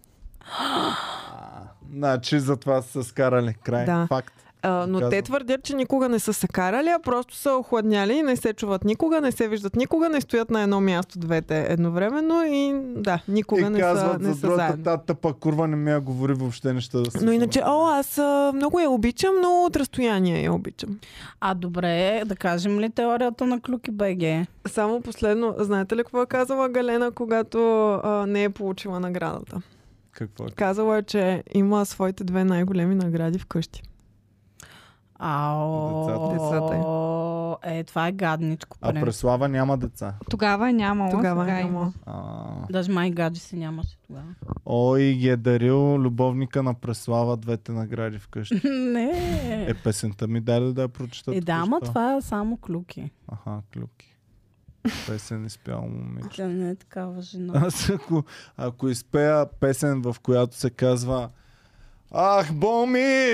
Speaker 1: Значи за това са се скарали. Край.
Speaker 2: Да.
Speaker 1: Факт.
Speaker 2: А, но те
Speaker 1: Казвам.
Speaker 2: твърдят, че никога не са се карали, а просто са охладняли и не се чуват никога, не се виждат никога, не стоят на едно място двете едновременно и да, никога
Speaker 1: и
Speaker 2: не са,
Speaker 1: казват
Speaker 2: не
Speaker 1: за
Speaker 2: са
Speaker 1: другата,
Speaker 2: заедно.
Speaker 1: та тъпа курва не ми я говори въобще неща да се
Speaker 2: Но
Speaker 1: случва.
Speaker 2: иначе, о, аз а, много я обичам, но от разстояние я обичам.
Speaker 3: А добре, да кажем ли теорията на Клюки БГ?
Speaker 2: Само последно, знаете ли какво е казала Галена, когато а, не е получила наградата?
Speaker 1: Какво е?
Speaker 2: Казала е, че има своите две най-големи награди вкъщи.
Speaker 3: Ао,
Speaker 2: Децата.
Speaker 3: е. това е гадничко.
Speaker 1: А
Speaker 3: А,
Speaker 1: Преслава няма деца.
Speaker 4: Тогава е нямало.
Speaker 2: Тогава
Speaker 4: сега
Speaker 2: е
Speaker 4: има.
Speaker 2: няма.
Speaker 1: А,
Speaker 3: Даже май гадже си нямаше тогава.
Speaker 1: Ой, ги е дарил любовника на Преслава двете награди вкъщи.
Speaker 3: не.
Speaker 1: Е, песента ми даде да я прочета.
Speaker 3: Е, да, ма
Speaker 1: току-що.
Speaker 3: това е само клюки.
Speaker 1: Аха, клюки. Песен изпял момиче.
Speaker 3: Тя не е такава жена.
Speaker 1: Аз ако, ако изпея песен, в която се казва Ах, Боми,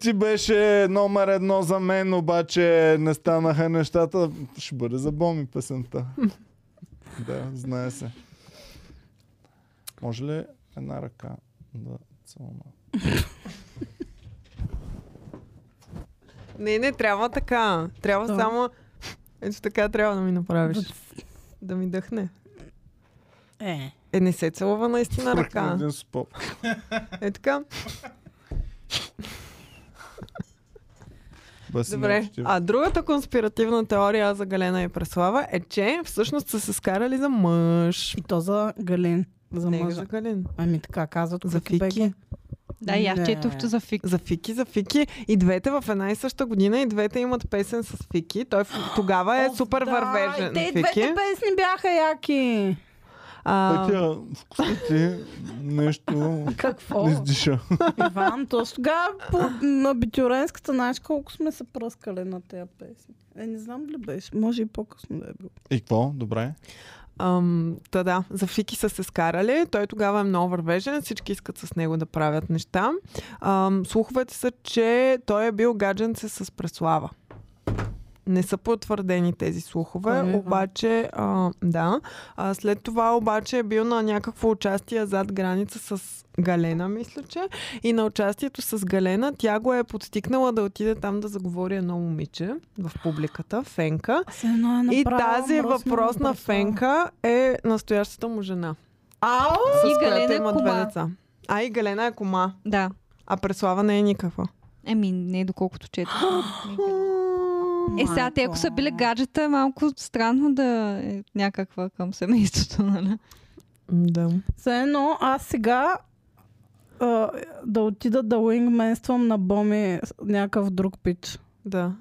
Speaker 1: ти беше номер едно за мен, обаче не станаха нещата. Ще бъде за Боми песента. да, знае се. Може ли една ръка да целуна?
Speaker 2: Не, не, трябва така. Трябва
Speaker 3: Да.
Speaker 2: само... Ето така трябва да ми направиш. Да ми дъхне.
Speaker 3: Е,
Speaker 2: Е, не се целува наистина
Speaker 1: Пък
Speaker 2: ръка.
Speaker 1: Един споп.
Speaker 2: Е така.
Speaker 1: Баси
Speaker 2: Добре.
Speaker 1: неучтиво.
Speaker 2: А другата конспиративна теория за Галена и Преслава е, че всъщност са се скарали за мъж.
Speaker 3: и то за Галин. За
Speaker 2: Не
Speaker 3: мъжа.
Speaker 2: за Гален.
Speaker 3: Ами така казват
Speaker 2: За
Speaker 3: Клюки БГ.
Speaker 2: Фики.
Speaker 4: Да, и аз
Speaker 3: Не.
Speaker 4: четох, че за фик.
Speaker 2: За Фики, за Фики. И двете в една и съща година, и двете имат песен с Фики. Той в- тогава е
Speaker 3: О,
Speaker 2: супер
Speaker 3: да,
Speaker 2: вървежен.
Speaker 3: и Те и
Speaker 2: Фики.
Speaker 3: двете песни бяха яки.
Speaker 2: А,
Speaker 1: Пътя, вкусно ти нещо
Speaker 3: Какво?
Speaker 1: издиша.
Speaker 3: Иван, точно тогава по, на битюренската, знаеш колко сме се пръскали на тези песни. Е, не знам дали беше. Може и по-късно да е било.
Speaker 1: И какво? Добре.
Speaker 2: Ам, та да, за Фики са се скарали. Той тогава е много вървежен. Всички искат с него да правят неща. Ам, слуховете са, че той е бил гадженце с Преслава. Не са потвърдени тези слухове,
Speaker 3: Е, е.
Speaker 2: обаче, а, да. А, след това обаче е бил на някакво участие зад граница с Галена, мисля, че. И на участието с Галена тя го е подстикнала да отиде там да заговори едно момиче в публиката, Фенка. И
Speaker 3: е
Speaker 2: тази въпросна Фенка е настоящата му жена.
Speaker 3: Ау!
Speaker 2: С
Speaker 4: И
Speaker 2: която
Speaker 4: Галена
Speaker 2: има две
Speaker 4: Кома.
Speaker 2: деца. А и Галена е кома,
Speaker 4: Да.
Speaker 2: а Преслава не е никаква.
Speaker 4: Еми, не доколкото четох. Е,
Speaker 3: Майко.
Speaker 4: сега те, ако са били гаджета, е малко странно да е някаква към семейството, нали?
Speaker 2: Да.
Speaker 3: Все едно аз сега а, да отида да уингменствам на Боми с- някакъв друг пич.
Speaker 2: Да.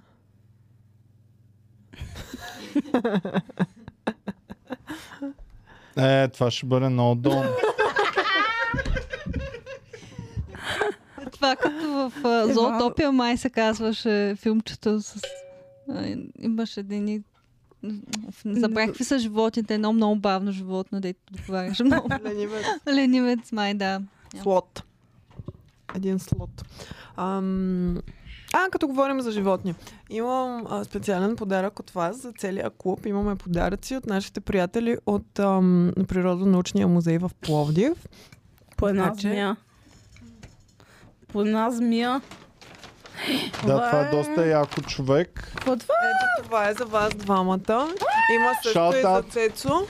Speaker 1: Е, това ще бъде много долно.
Speaker 4: Това като в а, Зоотопия май се казваше филмчето с... а, имаше един... и- Забрах какви са животните. Едно много бавно животно, дето договаряше много. Ленивец май, да.
Speaker 2: Слот. Един слот. Ам, А, като говорим за животни. Имам а, специален подарък от вас за целия клуб. Имаме подаръци от нашите приятели от ам, Природонаучния музей в Пловдив.
Speaker 3: По една
Speaker 2: Значи-
Speaker 3: змия. По една змия.
Speaker 1: Да, това е доста яко човек.
Speaker 3: Какво е това?
Speaker 2: Ето това е за вас двамата. Има също
Speaker 1: Shout
Speaker 2: и за
Speaker 1: out.
Speaker 2: Цецо.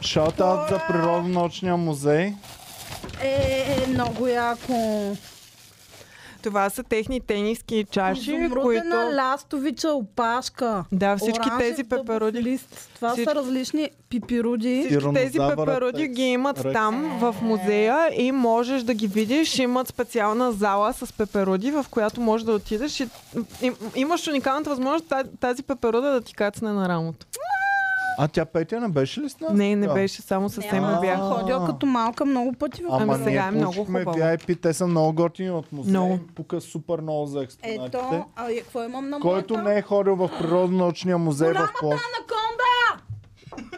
Speaker 1: Шаутаут за Природонаучния музей.
Speaker 3: Е, много яко.
Speaker 2: Това са техни тениски чаши,
Speaker 3: Изумрудена
Speaker 2: които...
Speaker 3: ластовича опашка.
Speaker 2: Да, всички тези
Speaker 3: дъбов
Speaker 2: пеперуди.
Speaker 3: Лист. Това
Speaker 2: Всич-
Speaker 3: са различни пиперуди.
Speaker 2: Всички тези
Speaker 1: Тиранозавъра
Speaker 2: пепероди
Speaker 1: текст.
Speaker 2: ги имат
Speaker 1: Ръка.
Speaker 2: там в музея и можеш да ги видиш. Имат специална зала с пепероди, в която можеш да отидеш и им- имаш уникалната възможност та- тази пеперуда да ти кацне на рамото.
Speaker 1: А тя Петя не беше ли с нас?
Speaker 2: Не, не
Speaker 1: Да.
Speaker 2: беше, само съвсем
Speaker 1: Няма.
Speaker 2: я бях.
Speaker 1: А.
Speaker 3: Ходил като малка много пъти в
Speaker 1: Ама
Speaker 2: Ами
Speaker 1: ние
Speaker 2: сега е много
Speaker 1: получихме
Speaker 2: хубаво.
Speaker 1: VIP, те са много готини от музея.
Speaker 2: Много.
Speaker 1: Тук е супер много за експонатите.
Speaker 3: Ето, а е, какво имам на моята?
Speaker 1: Значи Който не е ходил в природонаучния музей в Плов.
Speaker 3: Анаконда!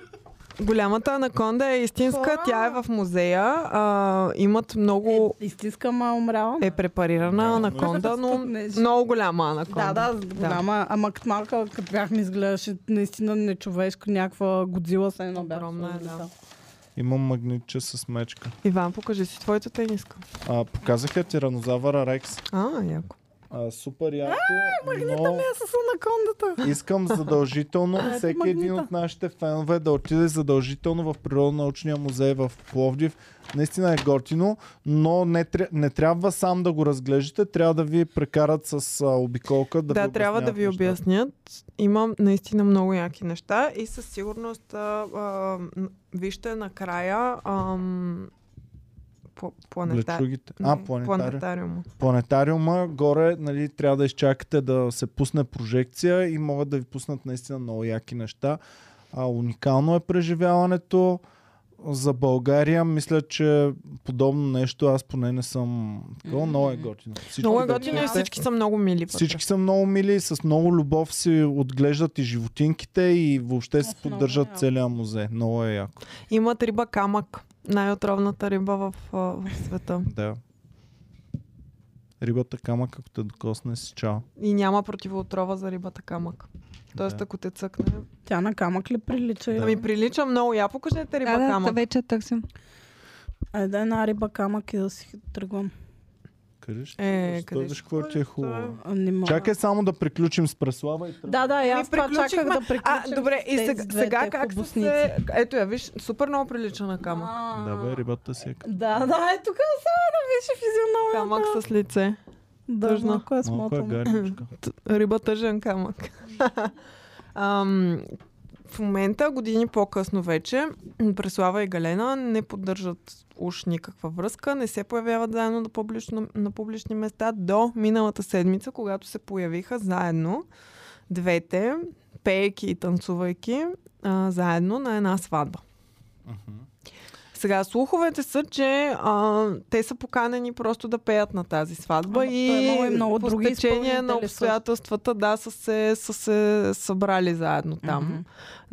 Speaker 2: Голямата анаконда е истинска,
Speaker 3: Хора!
Speaker 2: тя е в музея. А, имат много...
Speaker 3: Е, Истиска ма умряла.
Speaker 2: Е препарирана анаконда, но
Speaker 3: Стъпнеш.
Speaker 2: много голяма анаконда.
Speaker 3: Да, да, с
Speaker 2: да.
Speaker 3: голяма. Ама като малка, като бях ми изглеждаше наистина нечовешко, някаква годзила се едно бях.
Speaker 2: Огромна е,
Speaker 3: сложила.
Speaker 2: да.
Speaker 1: Имам магнитче с мечка.
Speaker 2: Иван, покажи си твоята тениска.
Speaker 1: А, показаха тиранозавъра Рекс.
Speaker 2: А, яко.
Speaker 1: А, супер яко, но
Speaker 3: Аз с анакондата.
Speaker 1: искам задължително всеки един от нашите фенове да отиде задължително в природонаучния музей в Пловдив. Наистина е готино, но не, тря- не трябва сам да го разглеждате, трябва да ви прекарат с а, обиколка. Да,
Speaker 2: Да,
Speaker 1: ви
Speaker 2: трябва да ви
Speaker 1: обясняват нещата.
Speaker 2: обяснят. Имам наистина много яки неща и със сигурност а, а, м, вижте накрая ам, пла- планета...
Speaker 1: Лечугите.
Speaker 2: не,
Speaker 1: А, планетариум.
Speaker 2: планетариума.
Speaker 1: планетариума горе, нали, трябва да изчакате да се пусне прожекция и могат да ви пуснат наистина много яки неща. А, уникално е преживяването. За България мисля, че подобно нещо аз поне не съм. Такова много е готино. Всички
Speaker 2: Много е
Speaker 1: да
Speaker 2: готино и
Speaker 1: отидете.
Speaker 2: всички са много мили. вътре.
Speaker 1: Всички са много мили, с много любов си отглеждат и животинките и въобще се
Speaker 3: Аз много
Speaker 1: поддържат
Speaker 3: яко.
Speaker 1: целия музей. Много е яко.
Speaker 2: Имат риба камък. Най-отровната риба в, а, в света.
Speaker 1: Да. Рибата камък, ако те докосне е си чао.
Speaker 2: И няма противоотрова за рибата камък. Тоест,
Speaker 1: Да.
Speaker 2: ако те цъкне.
Speaker 3: Тя на камък ли прилича?
Speaker 1: Да.
Speaker 3: Да.
Speaker 2: Ами прилича много. Я покажете
Speaker 3: Е,
Speaker 2: риба
Speaker 4: Да, да,
Speaker 2: камък.
Speaker 4: вече търсим.
Speaker 3: Айде една риба камък и да си тръгвам.
Speaker 1: Къде ще
Speaker 2: Е, къде
Speaker 1: Оставиш
Speaker 2: ще
Speaker 1: какво ти е
Speaker 2: ходиш,
Speaker 1: хубаво.
Speaker 3: А, не мога.
Speaker 1: Чакай само да приключим с Преслава и тръгваме.
Speaker 3: Да, да, и аз това чаках да приключим.
Speaker 2: Ами А, добре,
Speaker 3: с
Speaker 2: и
Speaker 3: тези
Speaker 2: сега,
Speaker 3: двете
Speaker 2: сега как са
Speaker 3: хубосници.
Speaker 2: се... Ето я, виж, супер много прилича на камък.
Speaker 3: А,
Speaker 1: Да, бе, рибата си е като...
Speaker 3: Да, да, е тук само да беше физиономията.
Speaker 2: Камък с лице.
Speaker 3: Да,
Speaker 2: тъжна.
Speaker 3: малко
Speaker 1: Малко
Speaker 3: е
Speaker 1: е
Speaker 3: смотано.
Speaker 1: гарничка.
Speaker 2: Т- Риба тъжен камък. Ам, в момента, години по-късно вече, Преслава и Галена не поддържат уж никаква връзка, не се появяват заедно на, публично, на публични места до миналата седмица, когато се появиха заедно двете, пеейки и танцувайки а, заедно на една сватба. Сега слуховете са, че а, те са поканени просто да пеят на тази сватба
Speaker 3: Ама то е
Speaker 2: и
Speaker 3: имало и много
Speaker 2: по
Speaker 3: други
Speaker 2: стечение на
Speaker 3: изпълнители
Speaker 2: обстоятелствата да са се, са се събрали заедно там.
Speaker 3: Мгм.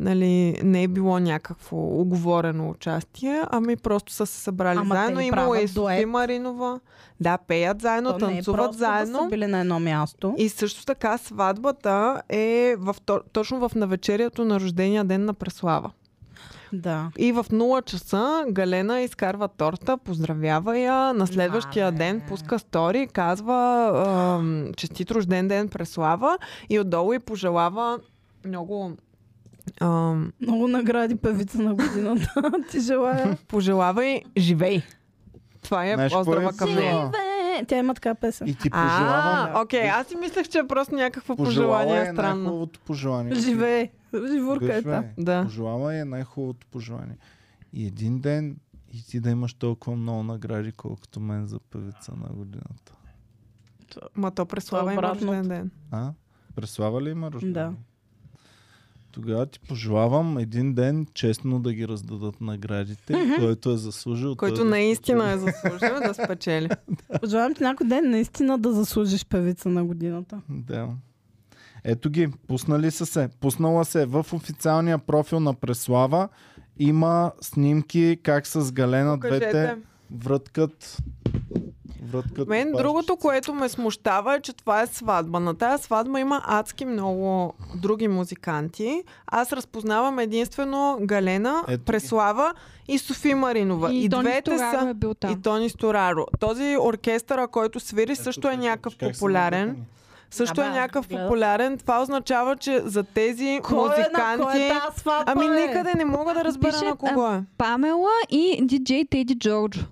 Speaker 2: Нали, не е било някакво оговорено участие, ами просто са се събрали
Speaker 3: Ама те
Speaker 2: заедно.
Speaker 3: им
Speaker 2: Имало е и
Speaker 3: правят
Speaker 2: Софи
Speaker 3: дует.
Speaker 2: Маринова. Да, пеят заедно,
Speaker 3: То не е
Speaker 2: танцуват
Speaker 3: просто Да
Speaker 2: заедно.
Speaker 3: са били на едно място.
Speaker 2: И също така сватбата е в, то- точно в навечерието на рождения ден на Преслава.
Speaker 3: Да.
Speaker 2: И в 0 часа Галена изкарва торта, поздравява я, на следващия
Speaker 3: Мале.
Speaker 2: ден пуска стори, казва ам, честит рожден ден Преслава и отдолу и пожелава много ам,
Speaker 3: Много награди певица на годината. Ти желая.
Speaker 2: пожелава и живей. Това е
Speaker 1: Знаеш,
Speaker 2: поздрава
Speaker 1: кой е
Speaker 2: към нея.
Speaker 1: пожелава?
Speaker 3: Живе! Тя има така песен.
Speaker 1: И ти пожелавам...
Speaker 2: А, окей, аз си мислех, че е просто някакво
Speaker 1: Пожелава
Speaker 2: пожелание
Speaker 1: е
Speaker 2: странно.
Speaker 1: най-хубавото пожелание.
Speaker 3: Живее! Живурка е
Speaker 1: Гъшва
Speaker 3: та.
Speaker 1: е.
Speaker 2: Да.
Speaker 1: Пожелава е най-хубавото пожелание. И един ден и ти да имаш толкова много награди, колкото мен за певица на годината.
Speaker 2: Ма то Преслава има
Speaker 3: Обратното.
Speaker 2: рожден ден.
Speaker 1: А? Преслава ли има рождение?
Speaker 3: Да.
Speaker 1: Тогава ти пожелавам един ден честно да ги раздадат наградите, който е заслужил.
Speaker 2: Който
Speaker 1: той да
Speaker 2: наистина е заслужил да спечели.
Speaker 3: Пожелавам ти някой ден наистина да заслужиш певица на годината.
Speaker 1: Да. Ето ги, пуснали са се. Пуснала се е в официалния профил на Преслава. Има снимки как с Галена
Speaker 2: Покажете.
Speaker 1: двете връткат. Вратката
Speaker 2: Мен
Speaker 1: паща.
Speaker 2: другото, което ме смущава е, че това е сватба. На тая сватба има адски много други музиканти. Аз разпознавам единствено Галена,
Speaker 1: Ето ги.
Speaker 2: Преслава и Софи Маринова.
Speaker 4: И, Тони
Speaker 2: двете
Speaker 4: Стораро е
Speaker 2: са...
Speaker 4: бил там.
Speaker 2: И Тони Стораро. Този оркестъра, който свири, също е
Speaker 1: Ето,
Speaker 2: някакъв
Speaker 1: как са
Speaker 2: популярен.
Speaker 1: натъкани.
Speaker 2: Също е
Speaker 3: Абе,
Speaker 2: някакъв
Speaker 3: гледам.
Speaker 2: популярен. Това означава, че за тези
Speaker 3: Кой е на кой е
Speaker 2: музиканти...
Speaker 3: тази сватба,
Speaker 2: Ами
Speaker 3: бе?
Speaker 2: никъде не мога да разбера
Speaker 4: Пише,
Speaker 2: на кого е.
Speaker 4: Памела и диджей Теди Джорджо.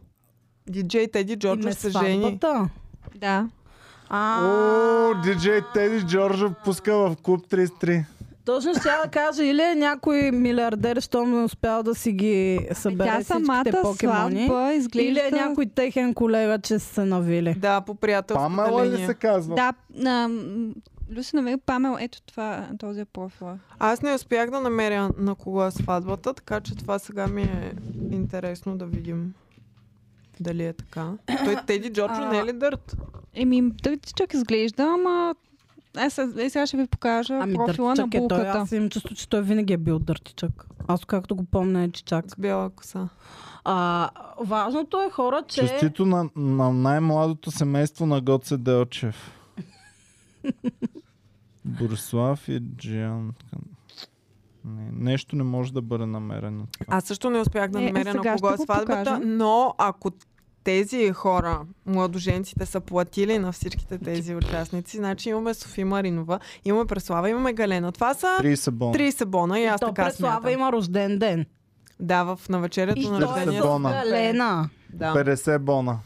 Speaker 2: Диджей Теди
Speaker 3: Име
Speaker 2: Джорджо се жени.
Speaker 3: сватбата.
Speaker 4: Да.
Speaker 3: А,
Speaker 1: О, диджей Теди Джорджо пуска в клуб 33.
Speaker 3: Точно ще я да кажа, или е някой милиардер, щом не успял да си ги събере
Speaker 4: Е, Тя
Speaker 3: всичките
Speaker 4: самата
Speaker 3: покемони.
Speaker 4: сватба изглежда...
Speaker 3: Или е някой техен колега, че са се навили.
Speaker 2: Да, по приятелската
Speaker 1: Памела ли
Speaker 2: линия.
Speaker 1: се казва?
Speaker 4: Да, на... Люси намери Памел, ето това, този е профила.
Speaker 2: Аз не успях да намеря на кого е сватбата, така че това сега ми е интересно да видим дали е така. Той Теди Джорджо
Speaker 3: А.
Speaker 2: не е ли дърт?
Speaker 4: Еми, дъртичък изглежда, ама... Аз се- е, сега ще ви покажа
Speaker 3: Ами
Speaker 4: профила на
Speaker 3: дъртичък е той.
Speaker 4: булката.
Speaker 3: Аз имам чувство, че той винаги е бил дъртичък. Аз както го помня е чичак.
Speaker 2: С бяла коса.
Speaker 3: А, важното е хора, че...
Speaker 1: Честито на, на най-младото семейство на Гоце Делчев. Борислав и Джиан. Не, нещо не може да бъде намерено. Така.
Speaker 2: Аз също не успях да
Speaker 4: Е,
Speaker 2: намеря
Speaker 4: сега
Speaker 2: на кого
Speaker 4: ще
Speaker 2: е
Speaker 4: го
Speaker 2: сватбата,
Speaker 4: покажа.
Speaker 2: но ако тези хора, младоженците, са платили на всичките тези участници, значи имаме Софи Маринова, имаме Преслава, имаме Галена. Това са
Speaker 1: 30 бона.
Speaker 2: 30 бона и аз
Speaker 3: то
Speaker 2: така
Speaker 3: Преслава
Speaker 2: смятам.
Speaker 3: има рожден ден.
Speaker 2: Да, в навечерието на
Speaker 1: той е
Speaker 2: рождения.
Speaker 1: с- бона.
Speaker 3: Лена.
Speaker 2: Да.
Speaker 1: 50 бона.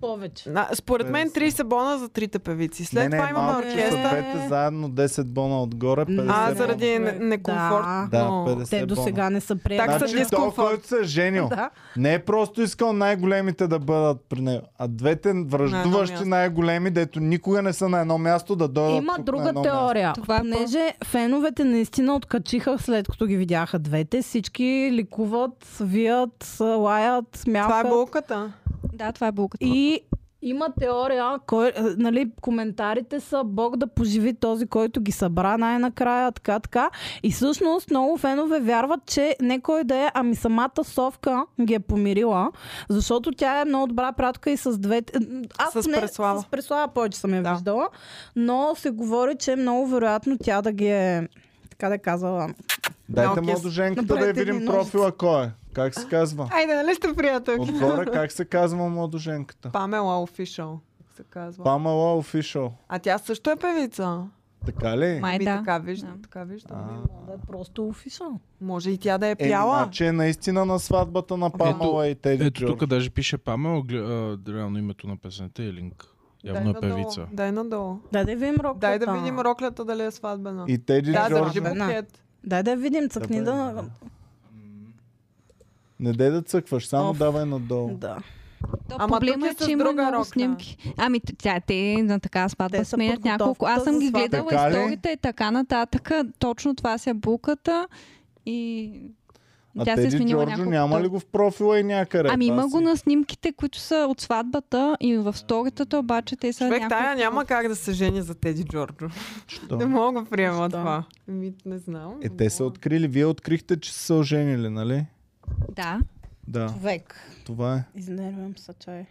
Speaker 3: Повече.
Speaker 2: На, според мен 30 бона за трите певици. След
Speaker 1: не,
Speaker 2: това
Speaker 1: не,
Speaker 2: имаме
Speaker 1: малко, че са
Speaker 2: оркестър.
Speaker 1: двете заедно 10 бона отгоре. 50
Speaker 2: А,
Speaker 1: бона.
Speaker 2: заради
Speaker 3: бона.
Speaker 2: не- некомфортно.
Speaker 1: Да, 50
Speaker 3: Те до
Speaker 1: бона.
Speaker 3: сега не са приели.
Speaker 2: Как са
Speaker 1: Значи той,
Speaker 2: дискомфорт.
Speaker 1: който се е женил,
Speaker 3: Да.
Speaker 1: не е просто искал най-големите да бъдат при него, а двете
Speaker 2: На едно
Speaker 1: връждуващи
Speaker 2: място.
Speaker 1: най-големи, дето никога не са на едно място, да дойдат
Speaker 3: Има
Speaker 1: тук на
Speaker 3: друга
Speaker 1: едно място.
Speaker 3: теория.
Speaker 4: Това е
Speaker 3: Понеже феновете наистина откачиха след като ги видяха двете, всички ликуват, вият, лаят,
Speaker 2: Това е
Speaker 3: смяват.
Speaker 2: болката.
Speaker 4: Да, това е булката.
Speaker 3: И има теория, кой, е, нали, коментарите са Бог да поживи този, който ги събра най-накрая, така, така. И всъщност много фенове вярват, че не кой да е, ами самата Совка ги е помирила, защото тя е много добра пратка и с двете... Аз
Speaker 2: С
Speaker 3: не,
Speaker 2: Преслава.
Speaker 3: С Преслава повече съм я
Speaker 2: Да.
Speaker 3: виждала, но се говори, че е много вероятно тя да ги е така да казала.
Speaker 1: Дайте
Speaker 2: Малки
Speaker 1: му
Speaker 2: с-
Speaker 1: до женката да я
Speaker 3: направете ни
Speaker 1: видим
Speaker 3: ножица.
Speaker 1: профила кой е. Как се казва?
Speaker 2: Айде, нали сте приятелки?
Speaker 1: Отгоре как се казва младоженката?
Speaker 2: Памела Official се казва.
Speaker 1: Памела Official.
Speaker 2: А тя също е певица.
Speaker 1: Така ли?
Speaker 4: Май
Speaker 2: Ами
Speaker 4: да.
Speaker 2: така виждам,
Speaker 4: Да.
Speaker 2: така виждам.
Speaker 1: А,
Speaker 3: Да, е просто официално.
Speaker 2: Може и тя да е
Speaker 1: Е,
Speaker 2: пяла.
Speaker 1: значи е наистина на сватбата на Памела и Теди
Speaker 5: Ето тук
Speaker 1: Е,
Speaker 5: е
Speaker 1: Джордж.
Speaker 5: даже пише Памел, реално името на песента е Линк. Явно е
Speaker 2: надолу,
Speaker 5: певица.
Speaker 2: Дай надолу.
Speaker 3: Дай да видим роклята.
Speaker 2: Дай да видим роклята дали е сватбена.
Speaker 1: И Теди
Speaker 2: Да,
Speaker 1: Джордж.
Speaker 2: държи
Speaker 3: Джорджо.
Speaker 2: букет.
Speaker 3: Дай да видим, цъкни
Speaker 1: Добре.
Speaker 3: да...
Speaker 1: Не дей да цъкваш, само
Speaker 3: Оф. давай
Speaker 1: давай надолу.
Speaker 3: Да.
Speaker 4: То
Speaker 2: Ама
Speaker 4: проблема
Speaker 2: тук е
Speaker 4: е,
Speaker 2: с
Speaker 4: че има
Speaker 2: друга
Speaker 4: много
Speaker 2: рокля.
Speaker 4: снимки. Ами т- тя, те на така
Speaker 3: Те
Speaker 4: сватба
Speaker 3: са
Speaker 4: сменят
Speaker 3: подготовката
Speaker 4: няколко. Аз съм
Speaker 3: за
Speaker 4: ги
Speaker 3: сватба.
Speaker 4: гледала
Speaker 1: Така ли?
Speaker 4: историята и така нататък. Точно това си е булката. И
Speaker 1: А
Speaker 4: тя се е
Speaker 1: Теди
Speaker 4: сменила
Speaker 1: Джорджо
Speaker 4: няколко.
Speaker 1: няма ли
Speaker 4: пъти.
Speaker 1: го в профила и някъде?
Speaker 4: Ами
Speaker 1: Това
Speaker 4: има
Speaker 1: си-
Speaker 4: го на снимките, които са от сватбата и в сторитата, обаче те са
Speaker 2: Човек, тая
Speaker 4: няколко.
Speaker 2: няма как да се жени за Теди Джорджо.
Speaker 1: Що?
Speaker 2: Не мога да приема
Speaker 3: Защо?
Speaker 2: това. Ми, не знам.
Speaker 1: Е, те са открили. Вие открихте, че са се оженили, нали?
Speaker 4: Да.
Speaker 1: Да,
Speaker 3: Човек.
Speaker 1: това е.
Speaker 3: Изнервям се, е. чай.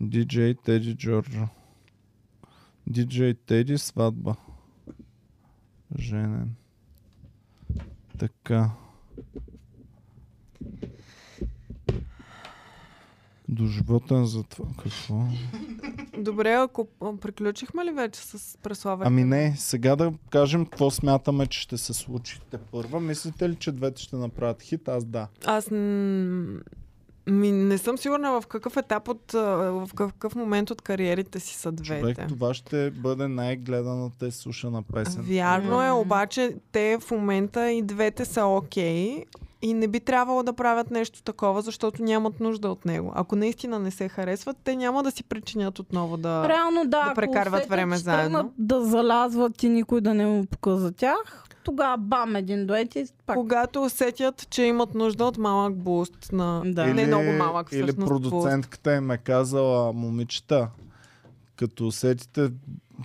Speaker 1: Диджей Теди Джорджо. Диджей Теди сватба. Женен. Така. Доживотен затвор. Какво?
Speaker 2: Добре, ако а, приключихме ли вече с преславането?
Speaker 1: Ами не, сега да кажем какво смятаме, че ще се случи те първа. Мислите ли, че двете ще направят хит? Аз да.
Speaker 2: Аз м, ми, не съм сигурна в какъв етап от, а, в какъв момент от кариерите си са
Speaker 1: Човек,
Speaker 2: двете.
Speaker 1: това ще бъде най-гледаната и слушана песен.
Speaker 2: Вярно е,
Speaker 4: М.
Speaker 2: обаче те в момента и двете са окей и не би трябвало да правят нещо такова, защото нямат нужда от него. Ако наистина не се харесват, те няма да си причинят отново да...
Speaker 3: Реално да,
Speaker 2: да
Speaker 3: ако
Speaker 2: прекарват
Speaker 3: усетят,
Speaker 2: време
Speaker 3: че
Speaker 2: заедно.
Speaker 3: тръгнат Да залязват и никой да не му пука за тях. Тогава бам, един дует и пак.
Speaker 2: Когато усетят, че имат нужда от малък буст на...
Speaker 3: Да.
Speaker 2: Не много малък,
Speaker 1: Или
Speaker 2: всъщност, буст.
Speaker 1: продуцентката им е казала, момичета, като усетите,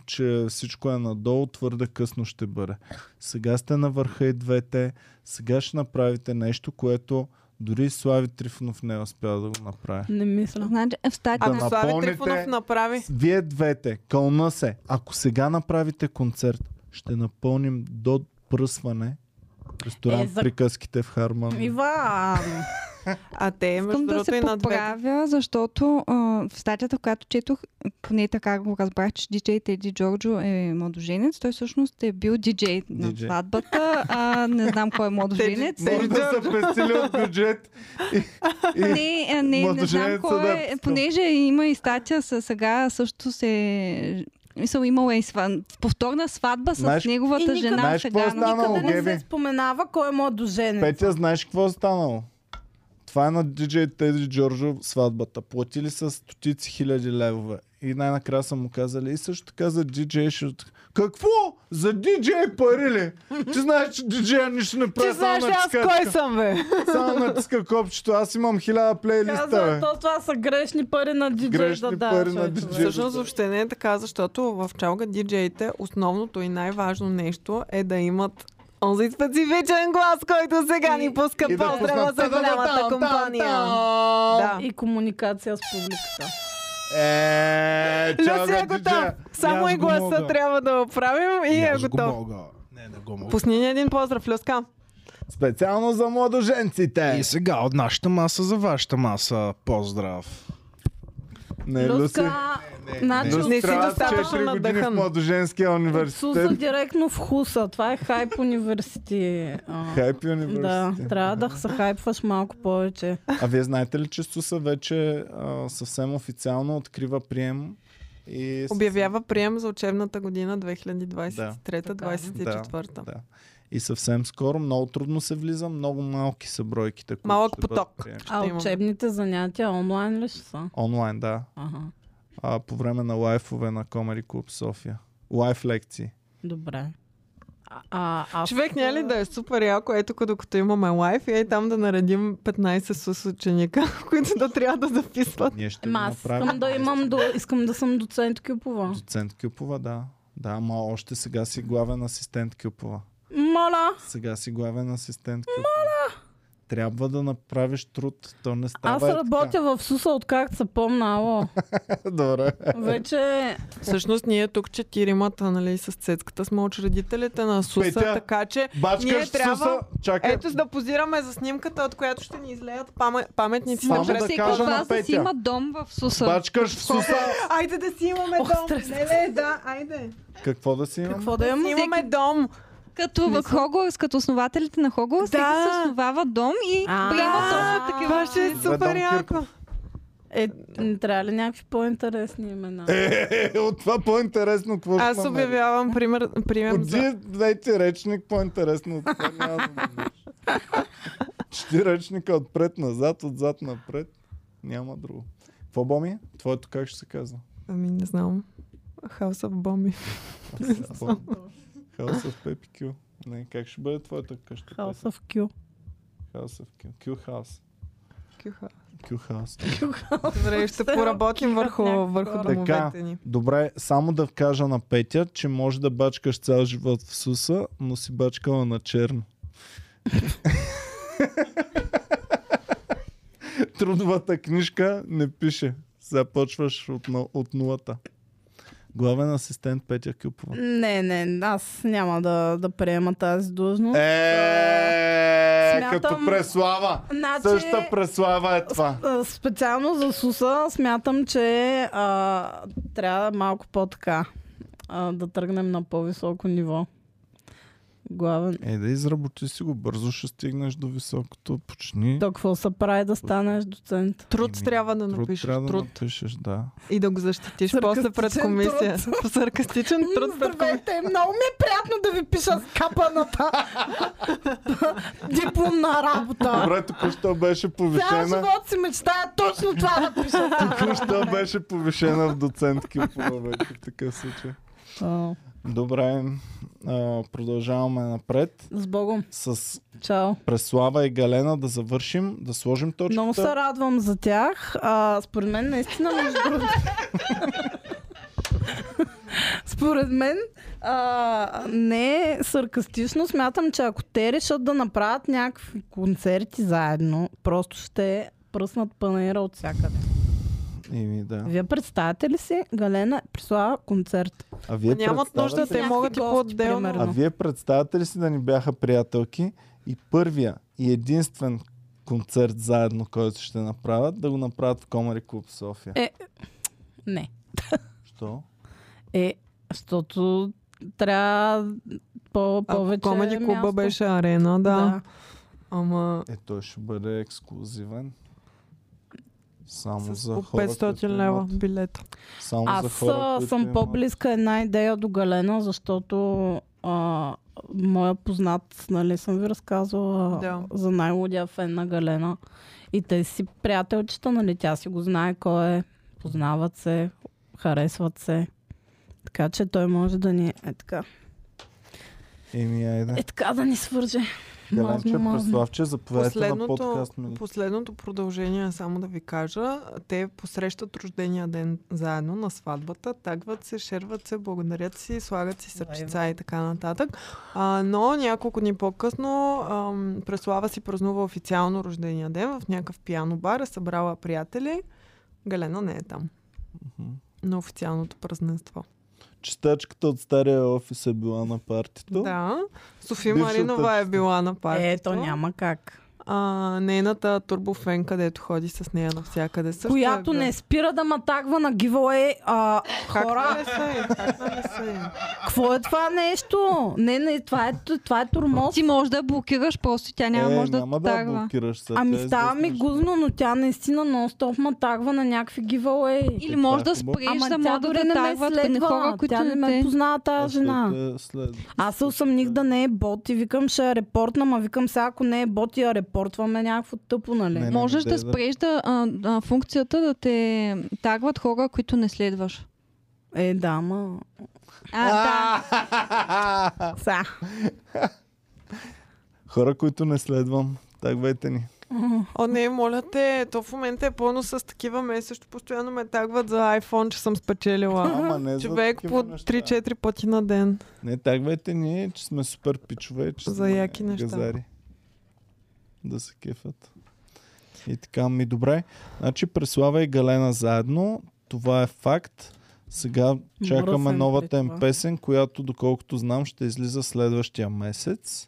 Speaker 1: че всичко е надолу, твърде късно ще бъде. Сега сте на върха и двете, сега ще направите нещо, което Дори Слави Трифонов не успя да го направи.
Speaker 3: Не мисля.
Speaker 4: Значи, е, в статия.
Speaker 1: Да
Speaker 2: Ами Слави
Speaker 1: напомните-
Speaker 2: Трифонов направи.
Speaker 1: Вие двете, кълна се, ако сега направите концерт, ще напълним до пръсване ресторант
Speaker 3: Е, за-
Speaker 1: приказките в Харман.
Speaker 2: Ами,
Speaker 3: Иван!
Speaker 2: А те, между
Speaker 4: Искам да
Speaker 2: другото, и
Speaker 4: се
Speaker 2: на двете.
Speaker 4: поправя, защото а, в статията, в която четох, поне така го разбрах, че диджей Теди Джорджо е младоженец. Той всъщност е бил диджей на
Speaker 1: Диджей.
Speaker 4: сватбата. А, не знам кой е младоженец.
Speaker 1: Може да са пестили от бюджет. И, и...
Speaker 4: Не, а, не, не знам
Speaker 1: Младоженеца,
Speaker 4: кой
Speaker 1: да,
Speaker 4: е.
Speaker 1: пускам.
Speaker 4: Понеже има и статия с сега също се... Мисъл, имала и сван... повторна сватба с
Speaker 1: Знаеш-
Speaker 3: И
Speaker 4: неговата
Speaker 3: никъде-
Speaker 4: жена
Speaker 1: Знаеш какво
Speaker 4: сега. нали?
Speaker 1: е станало?
Speaker 3: Никъде не
Speaker 1: Геви.
Speaker 3: се споменава кой е младоженец.
Speaker 1: Петя, знаеш какво е станало? Това е на диджей Теди Джорджо сватбата. Платили са стотици хиляди левове. И най-накрая са му казали и също така за диджей ще... от- Какво? За диджей пари ли? Ти знаеш, че диджея нищо не прави.
Speaker 2: Ти
Speaker 1: само
Speaker 2: знаеш ли аз
Speaker 1: натиска-
Speaker 2: кой съм, бе?
Speaker 1: Само натиска копчето. Аз имам хиляда плейлиста,
Speaker 3: Казва,
Speaker 1: бе.
Speaker 3: то това са грешни пари на диджей
Speaker 1: Грешни
Speaker 3: да дава.
Speaker 1: пари на
Speaker 3: човече, бе.
Speaker 1: диджей.
Speaker 2: Всъщност въобще не е така, защото в чалга диджеите основното и най-важно нещо е да имат онзи специфичен глас, който сега ни пуска
Speaker 1: и да
Speaker 2: поздрава
Speaker 1: пуснат
Speaker 2: е за голямата
Speaker 1: та-да-да-там,
Speaker 2: компания. Да.
Speaker 1: та-да-там.
Speaker 3: И комуникация с публиката.
Speaker 1: Е, чао,
Speaker 2: Люси е
Speaker 1: бе,
Speaker 2: готов.
Speaker 1: диджея.
Speaker 2: Само
Speaker 5: аз
Speaker 2: и
Speaker 5: го
Speaker 2: гласа
Speaker 5: мога.
Speaker 2: трябва да оправим и
Speaker 5: И
Speaker 2: е
Speaker 5: аз го
Speaker 2: готов.
Speaker 5: мога. Не, не го мога.
Speaker 2: Пусни ни един поздрав, Люска.
Speaker 1: Специално за младоженците.
Speaker 5: Е, И сега от нашата маса за вашата маса. Поздрав.
Speaker 1: Не, Е, Люси.
Speaker 3: Люска, значи
Speaker 1: Люси
Speaker 2: не си
Speaker 1: трябва
Speaker 2: достатъчно
Speaker 1: 4 е години в
Speaker 2: надъхан.
Speaker 1: младоженския
Speaker 3: от Суса
Speaker 1: университет.
Speaker 3: директно в Хуса. Това е хайп университи. а.
Speaker 1: Хайпи
Speaker 3: Да,
Speaker 1: университет.
Speaker 3: трябва да се хайпваш малко повече.
Speaker 1: А вие знаете ли, че Суса вече а, съвсем официално открива прием и... с-
Speaker 2: Обявява прием за учебната година
Speaker 4: е.
Speaker 2: 2023-2024.
Speaker 1: Да. И съвсем скоро, много трудно се влиза, много малки са бройките. които
Speaker 2: Малък
Speaker 1: ще бъдат
Speaker 2: поток.
Speaker 1: приемани.
Speaker 3: А
Speaker 2: имаме.
Speaker 3: учебните занятия онлайн ли ще са?
Speaker 1: Онлайн, да.
Speaker 3: Ага,
Speaker 1: А, по време на лайфове на Comedy Club София. Лайф лекции.
Speaker 3: добре. А, а, аз-
Speaker 2: Човек няма ли да е супер яко, ето като- докато имаме лайф и ей там да наредим 15 сус ученика, които да трябва да записват.
Speaker 1: Ние ще
Speaker 3: Ема
Speaker 1: го
Speaker 3: аз
Speaker 1: направим.
Speaker 3: искам да имам, до, искам да съм доцент Кюпова.
Speaker 1: Доцент Кюпова, да. Да, ама още сега си главен асистент Кюпова.
Speaker 3: Моля,
Speaker 1: Сега си главен асистент Кюпова. Трябва да направиш труд. То не става.
Speaker 3: аз
Speaker 1: е
Speaker 3: работя в СУСа откакто се помна, ало.
Speaker 1: Така. Добре.
Speaker 3: Вече
Speaker 2: Всъщност ние тук четиримата, нали, с Цецката сме учредителите на СУСа,
Speaker 1: Петя,
Speaker 2: така че ние
Speaker 1: Бачкаш
Speaker 2: трябва...
Speaker 1: суса. Чакай.
Speaker 2: Ето за да позираме за снимката, от която ще ни излеят паме... паметниците.
Speaker 1: Само
Speaker 2: пред-
Speaker 1: да
Speaker 4: всеки
Speaker 1: кажа
Speaker 4: от
Speaker 1: на
Speaker 4: вас да си
Speaker 1: Петя.
Speaker 4: има дом в Суса.
Speaker 1: Бачкаш в суса.
Speaker 2: Айде да си имаме
Speaker 3: Ох,
Speaker 2: дом.
Speaker 3: стрес.
Speaker 2: Не, не, да, айде.
Speaker 1: Какво да си имам?
Speaker 3: какво да е имам?
Speaker 2: Си Имаме дом.
Speaker 4: Като в Хогвартс, като основателите на Хогвартс,
Speaker 2: Да.
Speaker 4: да. се основава дом и
Speaker 3: А,
Speaker 4: приема
Speaker 3: да.
Speaker 4: точно такива.
Speaker 2: Това ще е
Speaker 1: Добре,
Speaker 2: супер
Speaker 1: дом, Кирко.
Speaker 2: яко.
Speaker 3: Е, не трябва ли някакви по-интересни имена?
Speaker 1: Е, от това по-интересно какво ще
Speaker 2: Аз
Speaker 1: намериш?
Speaker 2: обявявам пример, прием за...
Speaker 1: Поди, дайте речник по-интересно. от това няма да намериш. Чети речника отпред-назад, отзад-напред. Няма друго. Какво, Боми? Твоето как ще се казва?
Speaker 2: Ами не знам. House of Bombi.
Speaker 1: House of Pepi Q. Не, как ще бъде твоята къща?
Speaker 3: House of Q.
Speaker 1: House of Q. Q House.
Speaker 2: Кюха.
Speaker 1: Q House.
Speaker 2: Добре, ще поработим върху, върху
Speaker 1: Така.
Speaker 2: домовете ни.
Speaker 1: Добре, само да кажа на Петя, че може да бачкаш цял живот в Суса, но си бачкала на черно. Трудовата книжка не пише. Започваш от, но- от нулата. Главен асистент Петя Кюпова.
Speaker 3: Не, не, аз няма да, да приема тази длъжност.
Speaker 1: Е,
Speaker 3: Смятам-
Speaker 1: като преслава.
Speaker 3: Значи-
Speaker 1: Същата преслава е това.
Speaker 3: А, Специално за Суса смятам, че а, трябва малко по-така а, да тръгнем на по-високо ниво. Главен.
Speaker 1: Е, да изработи си го, бързо ще стигнеш до високото, почни.
Speaker 3: То какво се прави да станеш доцент?
Speaker 2: Труд
Speaker 1: Еми,
Speaker 2: трябва да
Speaker 1: Ами, Труд
Speaker 2: напишеш.
Speaker 1: трябва
Speaker 2: Труд.
Speaker 1: да напишеш, да.
Speaker 2: И да го защитиш после пред
Speaker 3: Саркастичен
Speaker 2: комисия. Саркастичен труд пред комисия.
Speaker 3: Здравейте, много ми е приятно да ви пиша с капаната дипломна работа.
Speaker 1: Добре, току-що беше
Speaker 3: Цял
Speaker 1: повишена.
Speaker 3: живот си мечтая точно това да пиша.
Speaker 1: Току-що беше повишена в доцент Кюпова вече в такъв случай.
Speaker 3: А,
Speaker 1: Добре, а, продължаваме напред
Speaker 3: С Богом.
Speaker 1: с
Speaker 3: Чао.
Speaker 1: Преслава и Галена да завършим, да сложим точката.
Speaker 3: Много се радвам за тях. А, според мен наистина, между другото, Според мен а, не е саркастично. Смятам, че ако те решат да направят някакви концерти заедно, просто ще пръснат панера от всякъде.
Speaker 1: Ими, да.
Speaker 3: Вие представяте ли си, Галена прислава концерт?
Speaker 1: А вие
Speaker 2: Нямат нужда,
Speaker 1: представяте
Speaker 2: те
Speaker 1: ли-
Speaker 3: Някакви
Speaker 2: могат и
Speaker 3: гости,
Speaker 2: по-отделно.
Speaker 3: примерно.
Speaker 1: А вие представяте ли си да ни бяха приятелки и първия и единствен концерт заедно, който ще направят, да го направят в Комари Клуб в София.
Speaker 3: Е. Не.
Speaker 1: Що?
Speaker 3: Е, защото трябва по-
Speaker 2: Ако
Speaker 3: повече
Speaker 2: Комеди клуба
Speaker 3: място.
Speaker 2: беше арена, да. Ама
Speaker 1: Е, той ще бъде ексклюзивен. Само
Speaker 2: с
Speaker 1: за
Speaker 2: по
Speaker 1: хора,
Speaker 2: 500
Speaker 1: които
Speaker 2: лева
Speaker 1: имат-
Speaker 2: билет.
Speaker 1: Само за
Speaker 3: Аз
Speaker 1: хора,
Speaker 3: а,
Speaker 1: които
Speaker 3: съм
Speaker 1: имат-
Speaker 3: по-близка една идея до Галена, защото а, моя познат, нали, съм ви разказвала
Speaker 2: Да.
Speaker 3: за най-лудия фен на Галена. И те си приятелчета, нали, тя си го знае кой е, познават се, харесват се. Така че той може да ни е така.
Speaker 1: Еми, айде.
Speaker 3: Е така да ни свърже.
Speaker 1: Галенче,
Speaker 3: мазно, мазно.
Speaker 1: Преславче, заповядайте е на
Speaker 2: Последното,
Speaker 1: подкаст. нали? ми.
Speaker 2: последното продължение, само да ви кажа, те посрещат рождения ден заедно на сватбата, тагват се, шерват се, благодарят си, слагат си сърчица и така нататък. А, но няколко дни по-късно ам, Преслава си празнува официално рождения ден в някакъв пиано бар, е събрала приятели. Галена не е там
Speaker 1: Мгм.
Speaker 2: на официалното празненство.
Speaker 1: Чистачката от стария офис е била на партито.
Speaker 2: Да. Софи
Speaker 1: Бившата-
Speaker 2: Маринова е била на партито.
Speaker 3: Е, то няма как.
Speaker 2: А, нейната турбофен, където ходи с нея навсякъде. Също
Speaker 3: Която
Speaker 2: е
Speaker 3: не спира да ма тагва на giveaway, а,
Speaker 2: Как
Speaker 3: хора.
Speaker 2: не са им? Как не са им?
Speaker 3: Какво е това нещо? Не, не, това е, това е турмоз.
Speaker 4: Ти можеш да я блокираш просто, тя няма
Speaker 1: е,
Speaker 4: може да
Speaker 1: няма
Speaker 4: те
Speaker 1: да я
Speaker 4: тагва.
Speaker 1: блокираш сега.
Speaker 3: Ами
Speaker 1: тя е
Speaker 3: става ми
Speaker 1: известна
Speaker 3: гузно, но тя наистина нон-стоп ма тагва на някакви giveaway.
Speaker 4: Или
Speaker 1: Е,
Speaker 4: може
Speaker 1: това е
Speaker 4: да
Speaker 1: хубаво.
Speaker 4: спреш
Speaker 3: Ама
Speaker 4: да
Speaker 3: тя
Speaker 4: могат да
Speaker 3: дори
Speaker 4: те
Speaker 3: не ме
Speaker 4: тагват не
Speaker 3: следва.
Speaker 4: хора, които
Speaker 3: тя не ме
Speaker 4: те...
Speaker 3: познава тази
Speaker 1: жена.
Speaker 3: жена.
Speaker 1: Защото е след-
Speaker 3: Аз се усъмних да не е бот и викам ще я репортна, ма викам сега ако не е бот и я репортваме някакво тъпо, нали?
Speaker 1: Не, не.
Speaker 4: Можеш
Speaker 1: де,
Speaker 4: да
Speaker 1: да.
Speaker 4: спреш да, а, а, функцията да те тагват хора, които не следваш.
Speaker 3: Е, да, ма.
Speaker 4: А, да.
Speaker 3: Са.
Speaker 1: Хора, които не следвам, тагвайте ни.
Speaker 2: О, не, моля те, то в момента е пълно с такива ме също постоянно ме тагват за iPhone, че съм спечелила.
Speaker 1: Ама не за
Speaker 2: Човек
Speaker 1: такива
Speaker 2: по
Speaker 1: неща.
Speaker 2: 3-4 пъти на ден.
Speaker 1: Не, тагвайте ни, че сме супер пичове, че
Speaker 2: За
Speaker 1: сме
Speaker 2: яки неща.
Speaker 1: газари. Да се кефат. И така, ми добре. Значи, Преслава и Галена заедно. Това е факт. Сега чакаме
Speaker 3: Мръсен
Speaker 1: новата им
Speaker 3: притва.
Speaker 1: песен, която, доколкото знам, ще излиза следващия месец.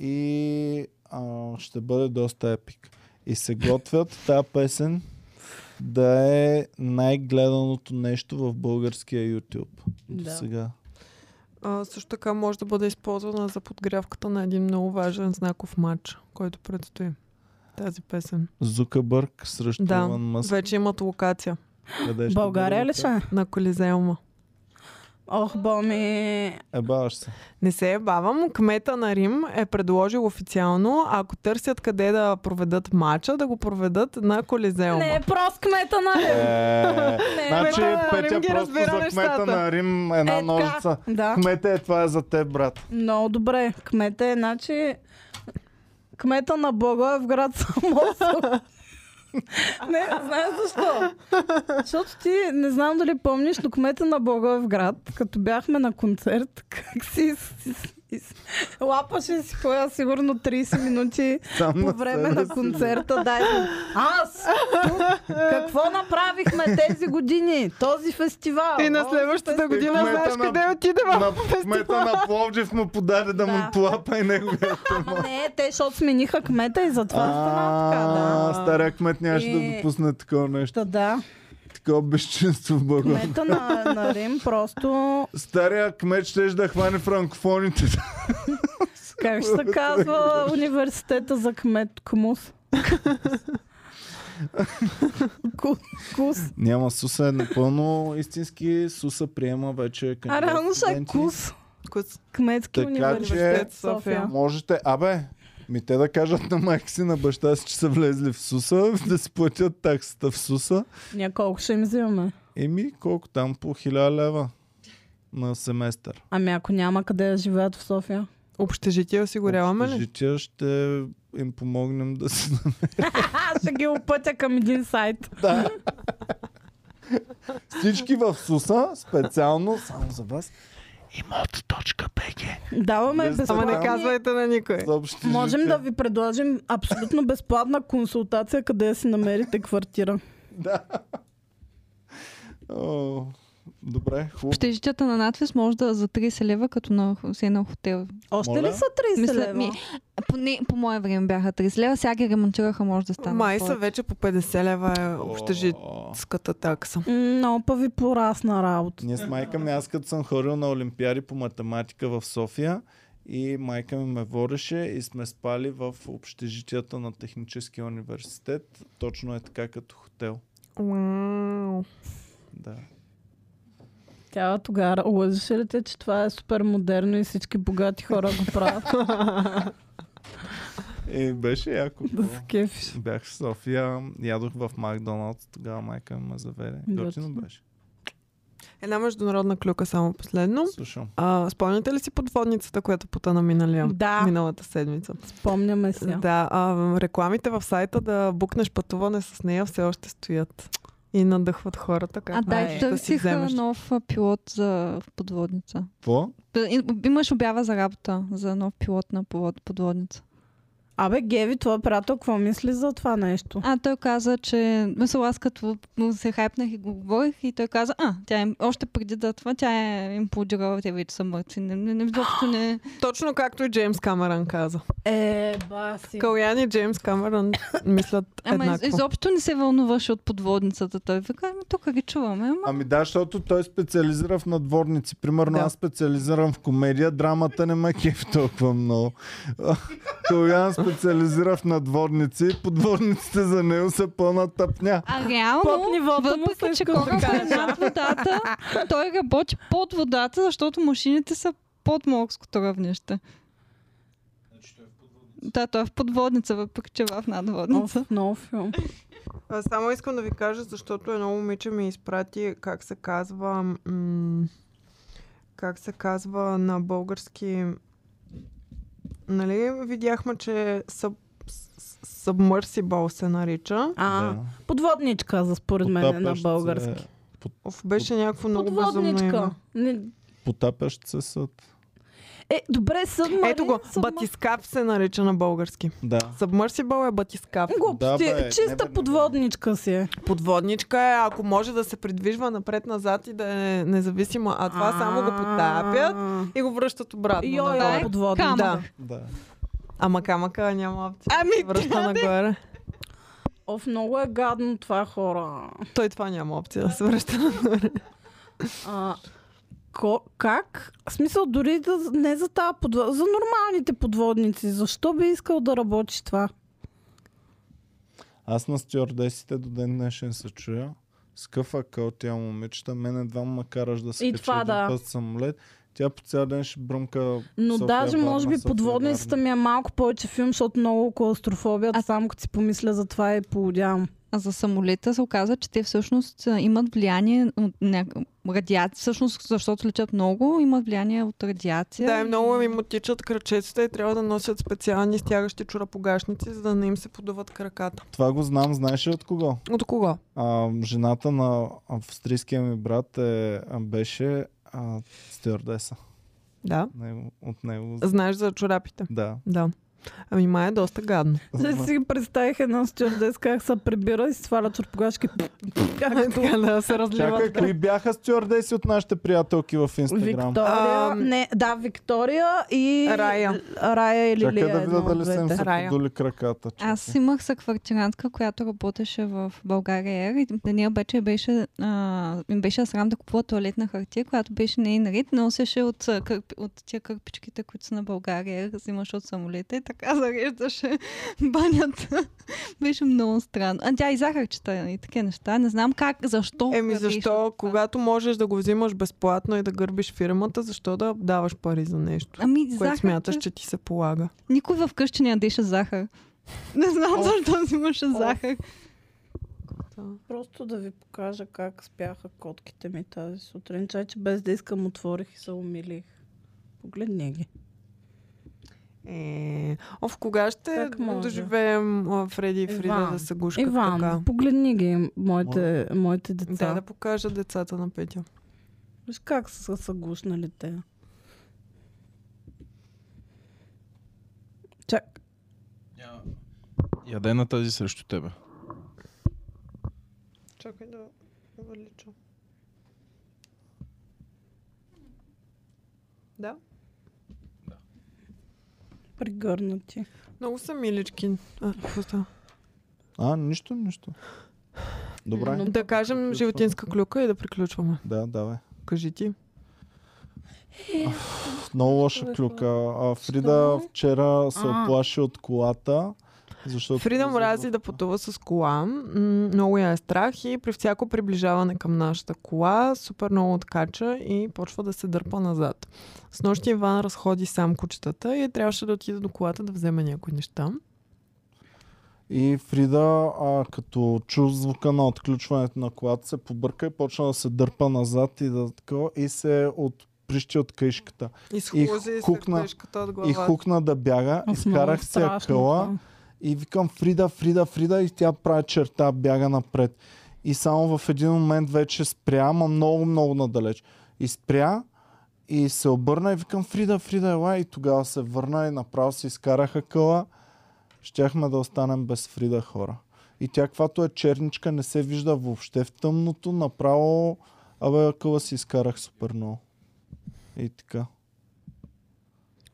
Speaker 1: И а, ще бъде доста епик. И се готвят тази песен да е най-гледаното нещо в българския YouTube. До
Speaker 3: Да.
Speaker 1: сега.
Speaker 2: А, също така може да бъде използвана за подгрявката на един много важен знаков матч, който предстои. Тази песен.
Speaker 1: Зукърбърг срещу
Speaker 2: Да,
Speaker 1: Илон Мъск.
Speaker 2: Вече имат локация
Speaker 1: Къде ще
Speaker 3: България
Speaker 1: бъде
Speaker 3: ли ще? е?
Speaker 2: на Колизеума.
Speaker 3: Ох, боми.
Speaker 1: Ебаваш Е, се.
Speaker 2: Не се ебавам. Кмета на Рим е предложил официално, ако търсят къде да проведат мача, да го проведат на Колизеума.
Speaker 3: Не е прост кмета, нали? Не,
Speaker 1: Е, Значи
Speaker 2: Петя на
Speaker 1: Петя
Speaker 2: Рим ги
Speaker 1: просто
Speaker 2: разбира
Speaker 1: за кмета
Speaker 2: нещата.
Speaker 1: на Рим една
Speaker 3: Е,
Speaker 1: ножица.
Speaker 3: така. Да.
Speaker 1: Кмете е това е за теб, брат.
Speaker 3: Много добре. Кмета е, значи... Кмета на Бога е в град Самосъл. не, знаеш защо? Защото ти, не знам дали помниш, но кмета на Бога е в град, като бяхме на концерт, как си... из- из- из- Лапаше си коя сигурно 30 минути
Speaker 1: Сам
Speaker 3: по време
Speaker 1: себе
Speaker 3: на
Speaker 1: си.
Speaker 3: концерта. Дай да- Аз! тук, Какво направихме тези години? Този фестивал.
Speaker 2: И на
Speaker 3: онзи
Speaker 2: следващата
Speaker 1: И
Speaker 2: година е
Speaker 1: кмета
Speaker 2: знаеш
Speaker 1: на-
Speaker 2: къде отидем.
Speaker 1: На кмета на Пловдив му подаде да му
Speaker 3: Да.
Speaker 1: плапа и неговия.
Speaker 3: Ама не, те, защото смениха кмета и затова стана така,
Speaker 1: А,
Speaker 3: е да.
Speaker 1: Стария кмет нямаше да
Speaker 3: И-
Speaker 1: допусне такова нещо.
Speaker 3: Та да,
Speaker 1: Такова безчинство в България.
Speaker 3: кмета на, на Рим просто,
Speaker 1: Стария кмет ще да хване франкофоните.
Speaker 3: как ще се казва, университета за кмет Кмус. Ку- Кус.
Speaker 1: Няма Суса е напълно истински. Суса приема вече
Speaker 3: А
Speaker 1: кандидат
Speaker 3: реално ще е
Speaker 1: студенти.
Speaker 3: Кус. Кметски
Speaker 1: Така,
Speaker 3: университет
Speaker 2: че-
Speaker 3: София.
Speaker 1: Можете. Абе, ми те да кажат на майка си, на баща си, че са влезли в Суса, да си платят таксата в Суса.
Speaker 3: Ние колко ще им взимаме?
Speaker 1: Еми, колко там? По 1000 лева на семестър.
Speaker 3: Ами ако няма къде да живеят в София.
Speaker 2: Общежитие осигуряваме ли?
Speaker 1: Жития ще им помогнем да се...
Speaker 3: А, ще ги опътя към един сайт.
Speaker 1: да. Всички в Суса, специално, само за вас. Имот.bg
Speaker 3: Даваме
Speaker 1: Без-
Speaker 2: Ама не
Speaker 1: Там-
Speaker 3: безплатно.
Speaker 2: казвайте на никой.
Speaker 1: Съобщи
Speaker 3: Можем
Speaker 1: жите.
Speaker 3: да ви предложим абсолютно безплатна консултация къде да си намерите квартира.
Speaker 1: Да. О, добре, хубаво.
Speaker 4: Ще житята на надвис може да за 30 лева, като на хо- си е на хотел.
Speaker 3: Още
Speaker 1: Моля?
Speaker 3: ли са 30
Speaker 4: Мисля,
Speaker 3: лева?
Speaker 4: ми, поне по мое време бяха 30 лева, сега ги ремонтираха, може да стане.
Speaker 2: Май са
Speaker 4: повече.
Speaker 2: вече по 50 лева е общежитската
Speaker 1: О,
Speaker 2: такса.
Speaker 3: М, Много па ви порасна работа.
Speaker 1: Ние с майка ми, аз като съм ходил на олимпиади по математика в София и майка ми ме водеше и сме спали в общежитията на Техническия университет. Точно е така като хотел.
Speaker 2: Уау.
Speaker 1: Да.
Speaker 3: Тя тогава лъжеше ли те, че това е супер модерно и всички богати хора го правят?
Speaker 1: И Е, беше яко.
Speaker 3: да се кефиш.
Speaker 1: Бях в София, ядох в Макдоналдс, тогава майка ми ме заведе.
Speaker 3: Готино.
Speaker 1: Готино беше.
Speaker 2: Една международна клюка само последно.
Speaker 1: Слушам.
Speaker 2: А, спомняте ли си подводницата, която потъна миналия,
Speaker 3: Да.
Speaker 2: миналата седмица?
Speaker 3: Спомняме си. я.
Speaker 2: Да, а, рекламите в сайта да букнеш пътуване с нея все още стоят. И надъхват хората. Как
Speaker 4: А
Speaker 2: можеш
Speaker 4: да,
Speaker 3: е.
Speaker 2: да си
Speaker 4: търсиха
Speaker 2: вземеш.
Speaker 4: нов а, пилот за подводница.
Speaker 1: Какво?
Speaker 4: П- и- Имаш обява за работа за нов пилот на повод- подводница.
Speaker 3: Абе, Геви, твой приятел, какво мисли за това нещо?
Speaker 4: А той каза, че... Мисъл, аз като му се хайпнах и го говорих и той каза, а, тя им, още преди да това, тя е имплодирала, те вече са мъртви. Не, не, не, изобщо не...
Speaker 2: Точно както и Джеймс Камерън каза.
Speaker 3: Е, баси.
Speaker 2: Калян и Джеймс Камерън мислят
Speaker 4: Ама из,
Speaker 2: еднакво.
Speaker 4: изобщо не се вълнуваше от подводницата. Той вика, ами тук ги чуваме, ама...
Speaker 1: Ами да, защото той специализира в надворници. Примерно
Speaker 2: Да.
Speaker 1: аз специализирам в комедия, драмата не ме е кеф толкова много. Толян специализира в надворници, подворниците за него са пълна тъпня.
Speaker 4: А реално,
Speaker 3: Под нивото му
Speaker 4: въпреки че
Speaker 3: също така
Speaker 4: корабът
Speaker 3: е,
Speaker 4: е над водата, той работи под водата, защото машините са под морското равнище. Да, той е в подводница, въпреки че е в надводница.
Speaker 3: Оф, нов филм.
Speaker 2: А, Само искам да ви кажа, защото едно момиче ми изпрати, как се казва, м- как се казва на български, нали, видяхме, че съб, с- Submersible се нарича.
Speaker 3: А,
Speaker 1: Да.
Speaker 3: подводничка, за според мен, е на
Speaker 1: Потапящ се-
Speaker 3: български.
Speaker 2: Оф, беше някакво много безумно име.
Speaker 3: Подводничка. Не-
Speaker 1: Потапящ се съд.
Speaker 3: Е, добре, съдма.
Speaker 2: Ето го, батискаф се нарича на български.
Speaker 1: Да.
Speaker 2: Submersible е батискаф.
Speaker 1: Да,
Speaker 3: Глупости,
Speaker 1: бе, не,
Speaker 3: чиста
Speaker 1: бе, не, бе.
Speaker 3: подводничка си е.
Speaker 2: Подводничка е, ако може да се придвижва напред-назад и да е независима, а това само го потапят и го връщат обратно.
Speaker 3: Йо,
Speaker 2: нагоре.
Speaker 3: йо, подводна.
Speaker 4: е камък.
Speaker 2: Да.
Speaker 1: да.
Speaker 2: Ама камъка няма опция. Ами, връща нагоре.
Speaker 3: Оф, много е гадно това хора.
Speaker 2: Той това няма опция да се връща нагоре.
Speaker 3: А, ко, как? В смисъл, дори да, не за тази подвод... за нормалните подводници. Защо би искал да работиш това?
Speaker 1: Аз на стюардесите до ден днешен се чуя. Скъфа кал тя момичета, мен едва ме караш да се
Speaker 3: И
Speaker 1: кача
Speaker 3: това
Speaker 1: един
Speaker 3: да.
Speaker 1: път самолет. Тя по цял ден ще бръмка
Speaker 3: Но
Speaker 1: София,
Speaker 3: даже,
Speaker 1: Варна,
Speaker 3: може би,
Speaker 1: София,
Speaker 3: подводницата
Speaker 1: Варна.
Speaker 3: ми е малко повече филм, защото много клаустрофобията,
Speaker 4: А-
Speaker 3: само като си помисля за това е и полудявам.
Speaker 4: А за самолета се оказа, че те всъщност а, имат влияние от ня- радиация, всъщност защото летят много, имат влияние от радиация.
Speaker 2: Да, и много им отичат кръчетата и трябва да носят специални стягащи чурапогашници, за да не им се подуват краката.
Speaker 1: Това го знам, знаеш ли от кого?
Speaker 2: От кого?
Speaker 1: А, жената на австрийския ми брат е, а, беше а, стюардеса.
Speaker 2: Да.
Speaker 1: Него, от него.
Speaker 2: Знаеш за чорапите.
Speaker 1: Да.
Speaker 2: Да. Ами май е доста гадно.
Speaker 3: След си представих една стюардес как се прибира и си сваля чурпогашки. е
Speaker 2: така да се
Speaker 1: Чакай,
Speaker 2: разливат.
Speaker 1: кои бяха стюардеси от нашите приятелки в Инстаграм?
Speaker 3: Виктория.
Speaker 2: Ам,
Speaker 3: Не, да, Виктория и
Speaker 2: Рая.
Speaker 3: Рая или
Speaker 1: Чакай
Speaker 3: Лия.
Speaker 1: да видя
Speaker 3: едно от
Speaker 1: дали са им
Speaker 3: двете.
Speaker 1: се
Speaker 2: Рая.
Speaker 1: подули краката. Чакай.
Speaker 4: Аз имах съквартирантка, която работеше в България Ер и на нея обаче беше, а, им беше срам да купува туалетна хартия, която беше не наред, носеше от, а, кърп, от тия кърпичките, които са на България Ер, взимаше от самолета и така зареждаше банята. беше много странно. А тя и захарчета и такива неща. Не знам как, защо.
Speaker 2: Еми
Speaker 4: беше
Speaker 2: защо,
Speaker 4: това.
Speaker 2: когато можеш да го взимаш безплатно и да гърбиш фирмата, защо да даваш пари за нещо?
Speaker 4: Ами,
Speaker 2: Което
Speaker 4: захар,
Speaker 2: смяташ, че ти се полага.
Speaker 4: Никой в къщи не ядеше захар. Не знам защо взимаше захар.
Speaker 3: Просто да ви покажа как спяха котките ми тази сутрин. Чай, че без да искам отворих и се умилих. Погледни ги.
Speaker 2: Е, оф, кога ще
Speaker 3: Как може?
Speaker 2: доживеем а, Фреди и Фрида
Speaker 3: Иван,
Speaker 2: да се гушкат
Speaker 3: Иван,
Speaker 2: така?
Speaker 3: погледни ги, моите, моите деца.
Speaker 2: Да, да покажа децата на Петя.
Speaker 3: Виж как са са гушнали те. Чак,
Speaker 5: Я... Яде на тази срещу тебе.
Speaker 2: Чакай да увелича. Да.
Speaker 3: пригърнати.
Speaker 2: Много са милички. А, какво става?
Speaker 1: А, нищо, нищо. Добре.
Speaker 3: Но-
Speaker 2: да кажем животинска клюка и да приключваме.
Speaker 1: Да, давай.
Speaker 2: Кажи ти.
Speaker 1: Много лоша клюка. А, Фрида
Speaker 3: Що?
Speaker 1: вчера се
Speaker 3: А.
Speaker 1: оплаши от колата, защото...
Speaker 2: Фрида мрази да пътува с кола. М, Много я е страх и при всяко приближаване към нашата кола супер много откача и почва да се дърпа назад. С нощи Иван разходи сам кучетата и трябваше да отиде до колата да вземе някои неща.
Speaker 1: И Фрида, а, като чу звука на отключването на колата, се побърка и почна да се дърпа назад и да такова и се отприщи от каишката.
Speaker 2: И схлузи
Speaker 1: И
Speaker 2: и
Speaker 1: хукна-
Speaker 2: от
Speaker 1: И
Speaker 2: главата.
Speaker 1: хукна да бяга, изкарах се я къла и викам Фрида, Фрида, Фрида и тя прави черта, бяга напред. И само в един момент вече спря, ама много, много надалеч. И спря и се обърна и викам Фрида, Фрида, ела и тогава се върна и направо се изкараха къла. Щяхме да останем без Фрида хора. И тя, каквато е черничка, не се вижда въобще в тъмното, направо абе къла си изкарах супер много. И така.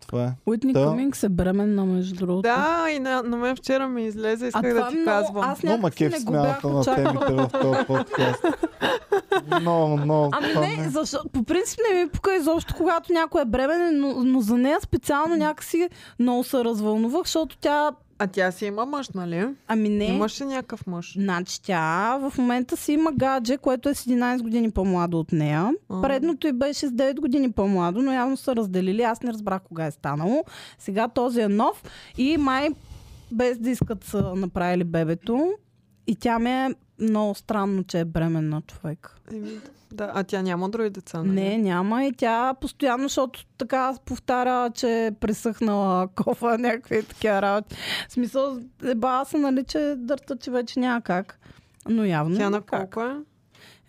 Speaker 1: Това е.
Speaker 3: Уитни
Speaker 1: Да.
Speaker 3: Къмингс е бременна, между другото.
Speaker 2: Да, и на, на мен вчера ми излезе,
Speaker 3: а
Speaker 2: исках
Speaker 3: това
Speaker 2: да ти
Speaker 3: много,
Speaker 2: казвам.
Speaker 3: аз
Speaker 1: Много ма
Speaker 3: някакси
Speaker 1: кеф
Speaker 3: не го бях
Speaker 1: смяната на
Speaker 3: очаквала.
Speaker 1: темите в този подкаст. Много, много.
Speaker 3: Ами
Speaker 1: това
Speaker 3: не, защото по принцип не ми пука изобщо, когато някой е бременен, но, но за нея специално някакси много се развълнувах, защото тя,
Speaker 2: А тя си има мъж, нали?
Speaker 3: ами не,
Speaker 2: Имаше някакъв мъж.
Speaker 3: значи тя в момента си има гадже, което е с 11 години по-младо от нея.
Speaker 2: А.
Speaker 3: Предното й беше с 9 години по-младо, но явно са разделили, аз не разбрах кога е станало. Сега този е нов и май без да искат са направили бебето. И тя ми е много странно, че е бременна човек.
Speaker 2: Еми, Да, а тя няма други деца, нали?
Speaker 3: Не, няма и тя постоянно, защото така повтаря, че е пресъхнала кофа, някакви такива работи. В смисъл, еба се, нали, че дърта, че вече няма как. Но явно
Speaker 2: Тя
Speaker 3: има
Speaker 2: на
Speaker 3: как.
Speaker 2: колко е?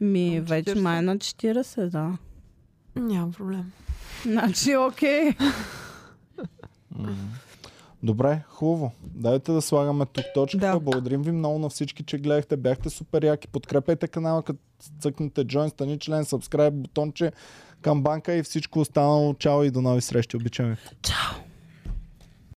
Speaker 3: Ми,
Speaker 2: На
Speaker 3: вече
Speaker 2: 40?
Speaker 3: май на 40, да.
Speaker 2: Няма проблем.
Speaker 3: Значи, окей.
Speaker 1: М. Добре, хубаво. Дайте да слагаме тук точката.
Speaker 2: Да.
Speaker 1: Благодарим ви много на всички, че гледахте. Бяхте супер яки. Подкрепете канала, като цъкнете join, стани член, subscribe, бутонче, камбанка и всичко останало. Чао и до нови срещи. Обичаме.
Speaker 3: Чао!